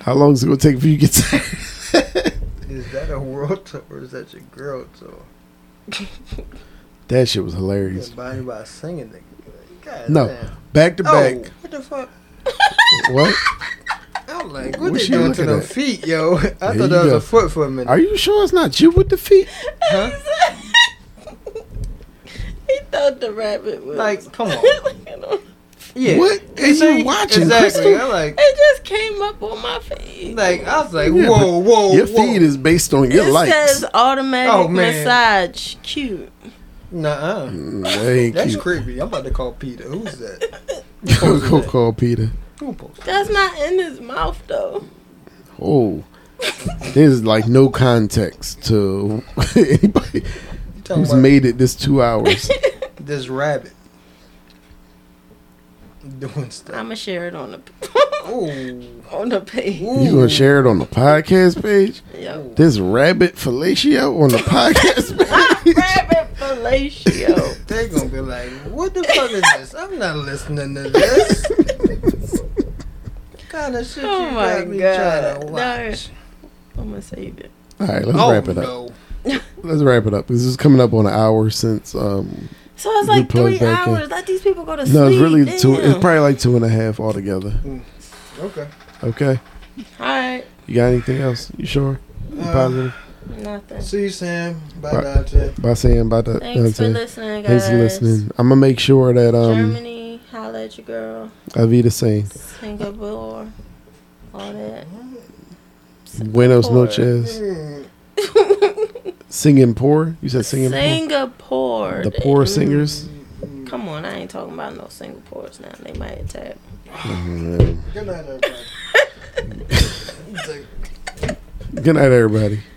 C: How long is it going to take for you to get to
B: Is that a world tour or is that your girl tour?
C: That shit was
B: Yeah,
C: hilarious.
B: by anybody singing nigga. God
C: No.
B: damn.
C: Back to
B: Oh,
C: back.
B: what the fuck?
C: What?
B: Oh, I'm like,
C: What
B: what,
C: she
B: they doing to
C: looking
B: them
C: at?
B: feet, yo? I thought
C: you
B: that was
C: go.
B: a foot for a minute.
C: Are you sure it's not you with the feet?
B: Huh?
A: he thought the rabbit was
B: Like, come on.
A: You know,
B: Yeah.
C: What are you watching,
B: Exactly.
C: Crystal?
B: I like,
A: it just came up on my feed.
B: like, I was like,
C: Yeah,
B: whoa,
C: but
B: whoa,
C: Your
B: whoa.
C: feed is based on your
A: it
C: likes.
A: says automatic
B: Oh, man.
A: massage. Cute.
B: Nuh-uh.
C: Mm, that ain't
B: That's
C: cute.
B: creepy. I'm about to call Peter. Who's that?
C: Go,
B: posted
C: go
B: that?
C: call Peter.
B: Who posted
A: That's not in his mouth though.
C: Oh. There's like no context to anybody
B: You talking
C: who's
B: about
C: made it this two hours.
B: this rabbit doing stuff?
A: I'ma share it on the
B: Ooh.
A: on the page.
C: You gonna share it on the podcast page?
A: Yo.
C: This rabbit fellatio on the podcast page?
A: Rabbit fellatio.
B: They're gonna be like, "What the fuck is this? I'm not listening to this." kind of shit
A: Oh
B: you
A: my
B: got me
A: God.
B: trying to
A: No.
B: watch.
A: I'm gonna save it.
C: All right, let's
B: oh
C: wrap it up.
B: no!
C: Let's wrap it up. This is coming up on an hour since. um
A: So it's
C: We
A: like
C: plug
A: three
C: back in.
A: hours. Let these people go to sleep.
C: No, it's really two. It's
A: Damn.
C: probably like two and a half altogether.
B: Okay.
C: Okay,
A: All right.
C: you got anything else? You sure? You
B: Uh,
C: positive?
A: Nothing.
B: See you, Sam. Bye,
C: Right.
B: Dante.
C: By saying about that.
A: Thanks for
C: Dante.
A: listening, guys.
C: Thanks for listening. I'm gonna make sure that um
A: Germany, holla at your girl.
C: Avita saying
A: Singapore, all that.
C: Buenos
A: Singapore.
C: noches.
B: Mm.
C: Singing poor. You said singing
A: Singapore.
C: poor. The poor
A: Mm.
C: singers.
A: Come on, I ain't talking about no Singapores now. They might attack.
C: Mm.
B: Good night, everybody. Take
C: Good night, everybody.
A: آه.